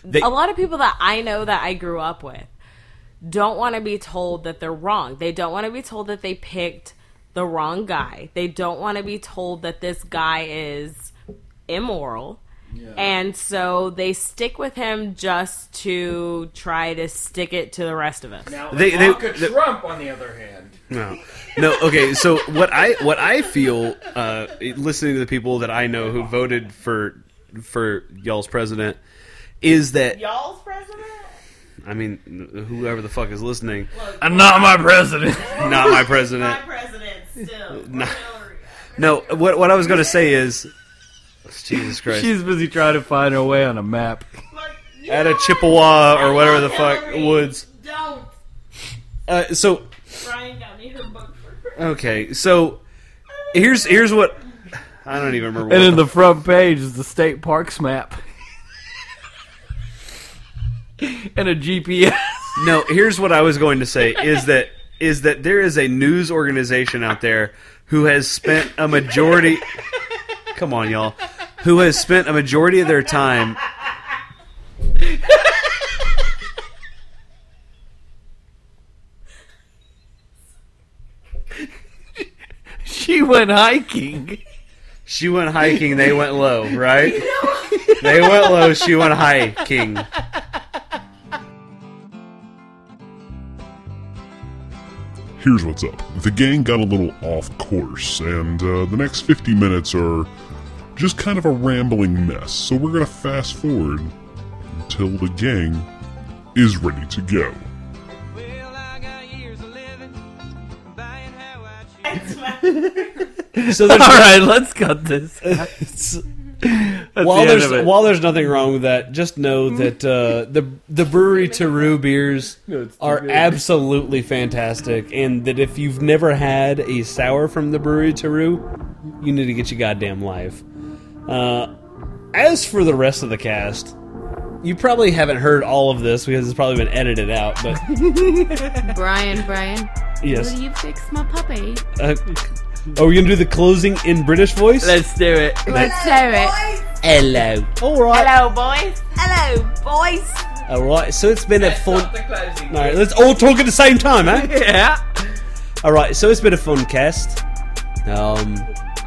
Speaker 6: They,
Speaker 4: a lot of people that I know that I grew up with don't want to be told that they're wrong. They don't want to be told that they picked the wrong guy. They don't want to be told that this guy is immoral. And so they stick with him just to try to stick it to the rest of us.
Speaker 5: Now,
Speaker 6: They- they-
Speaker 5: Ivanka
Speaker 6: they-
Speaker 5: Trump, on the other hand,
Speaker 6: No, no. Okay, so what I what I feel uh, listening to the people that I know who voted for for y'all's president is that
Speaker 4: Y'all's president?
Speaker 6: I mean whoever the fuck is listening,
Speaker 2: I'm not my president.
Speaker 6: not my president.
Speaker 4: president still.
Speaker 6: No, what what I was gonna say is Jesus Christ,
Speaker 2: She's busy trying to find her way on a map.
Speaker 6: at a Chippewa or whatever the fuck
Speaker 4: Hillary.
Speaker 6: woods.
Speaker 4: Don't.
Speaker 6: Uh, so
Speaker 4: Brian got me her book for
Speaker 6: okay, so here's here's what I don't even remember.
Speaker 2: And
Speaker 6: what
Speaker 2: in the front page is the state parks map. and a GPS.
Speaker 6: No, here's what I was going to say is that is that there is a news organization out there who has spent a majority Come on, y'all. Who has spent a majority of their time
Speaker 2: She went hiking.
Speaker 6: she went hiking, they went low, right? They went low, she went hiking.
Speaker 17: Here's what's up. The gang got a little off course, and uh, the next 50 minutes are just kind of a rambling mess, so we're gonna fast forward until the gang is ready to go.
Speaker 6: So
Speaker 2: All
Speaker 6: there's
Speaker 2: right, let's cut this.
Speaker 1: while
Speaker 6: the end
Speaker 1: there's
Speaker 6: of it.
Speaker 1: while there's nothing wrong with that, just know
Speaker 9: Mm-hmm.
Speaker 1: that uh, the the brewery Taru beers are absolutely fantastic, and that if you've never had a sour from the brewery Taru, you need to get your goddamn life. Uh, as for the rest of the cast, you probably haven't heard all of this because it's probably been edited out. But
Speaker 9: Brian, Brian,
Speaker 1: yes,
Speaker 9: will you fix my puppy?
Speaker 1: uh, are we gonna do the closing in British voice?
Speaker 2: Let's do it.
Speaker 9: Let's do it.
Speaker 1: Hello. All right.
Speaker 9: Hello, boys.
Speaker 4: Hello, boys.
Speaker 1: All right. So it's been a fun.
Speaker 5: Stop the closing.
Speaker 1: All right, let's all talk at the same time, eh?
Speaker 2: Yeah.
Speaker 1: All right, so it's been a fun cast. Um,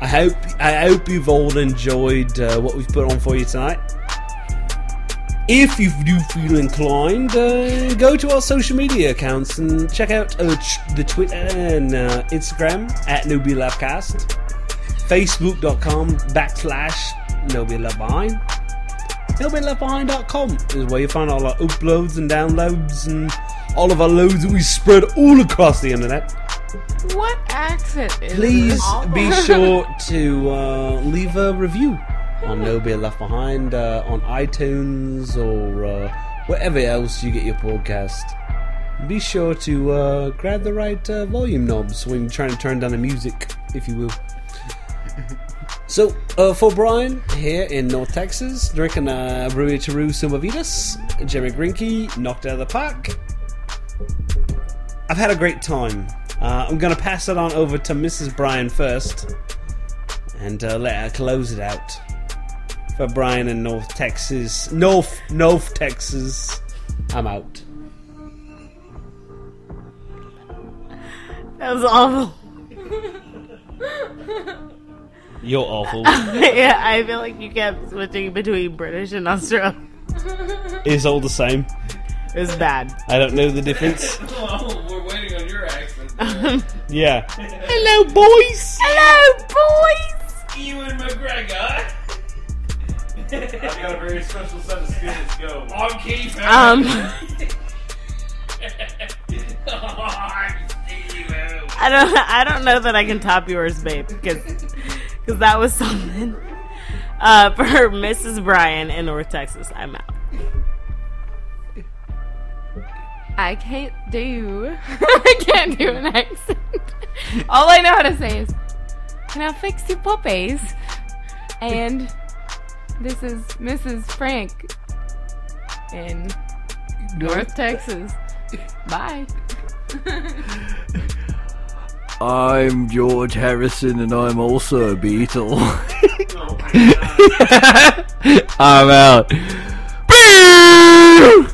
Speaker 1: I hope I hope you've all enjoyed uh, what we've put on for you tonight. If you do feel inclined, uh, go to our social media accounts and check out uh, ch- the Twitter and uh, Instagram at NobiLabcast, Facebook.com backslash NobiLabBehind. NobiLabBehind.com is where you find all our uploads and downloads and all of our loads that we spread all across the internet
Speaker 9: What accent is
Speaker 1: please
Speaker 9: this?
Speaker 1: be sure to uh, leave a review on No Beer Left Behind uh, on iTunes or uh, wherever else you get your podcast. Be sure to uh, grab the right uh, volume knobs when you're trying to turn down the music, if you will. So, uh, for Brian here in North Texas, drinking uh, a Brewery Taru Sumavitas, Jerry Grinke knocked out of the park. I've had a great time. Uh, I'm going to pass it on over to Mrs. Brian first and uh, let her close it out. For Brian in North Texas, North, North Texas, I'm out.
Speaker 4: That was awful.
Speaker 1: You're awful.
Speaker 4: yeah, I feel like you kept switching between British and Australian.
Speaker 1: it's all the same.
Speaker 4: It's bad.
Speaker 1: I don't know the difference.
Speaker 5: Oh, we're waiting on your accent.
Speaker 1: Yeah. Hello, boys!
Speaker 4: Hello, boys.
Speaker 5: Ewan McGregor.
Speaker 18: I've got a very special set of skills. Go.
Speaker 5: On Keith.
Speaker 4: Um, I don't. I don't know that I can top yours, babe, because that was something. Uh, for Mrs. Bryan in North Texas, I'm out.
Speaker 9: I can't do. I can't do an accent. All I know how to say is, "Can I fix your puppies?" And this is Mrs. Frank in North Texas. Bye.
Speaker 2: I'm George Harrison, and I'm also a Beatle. I'm out.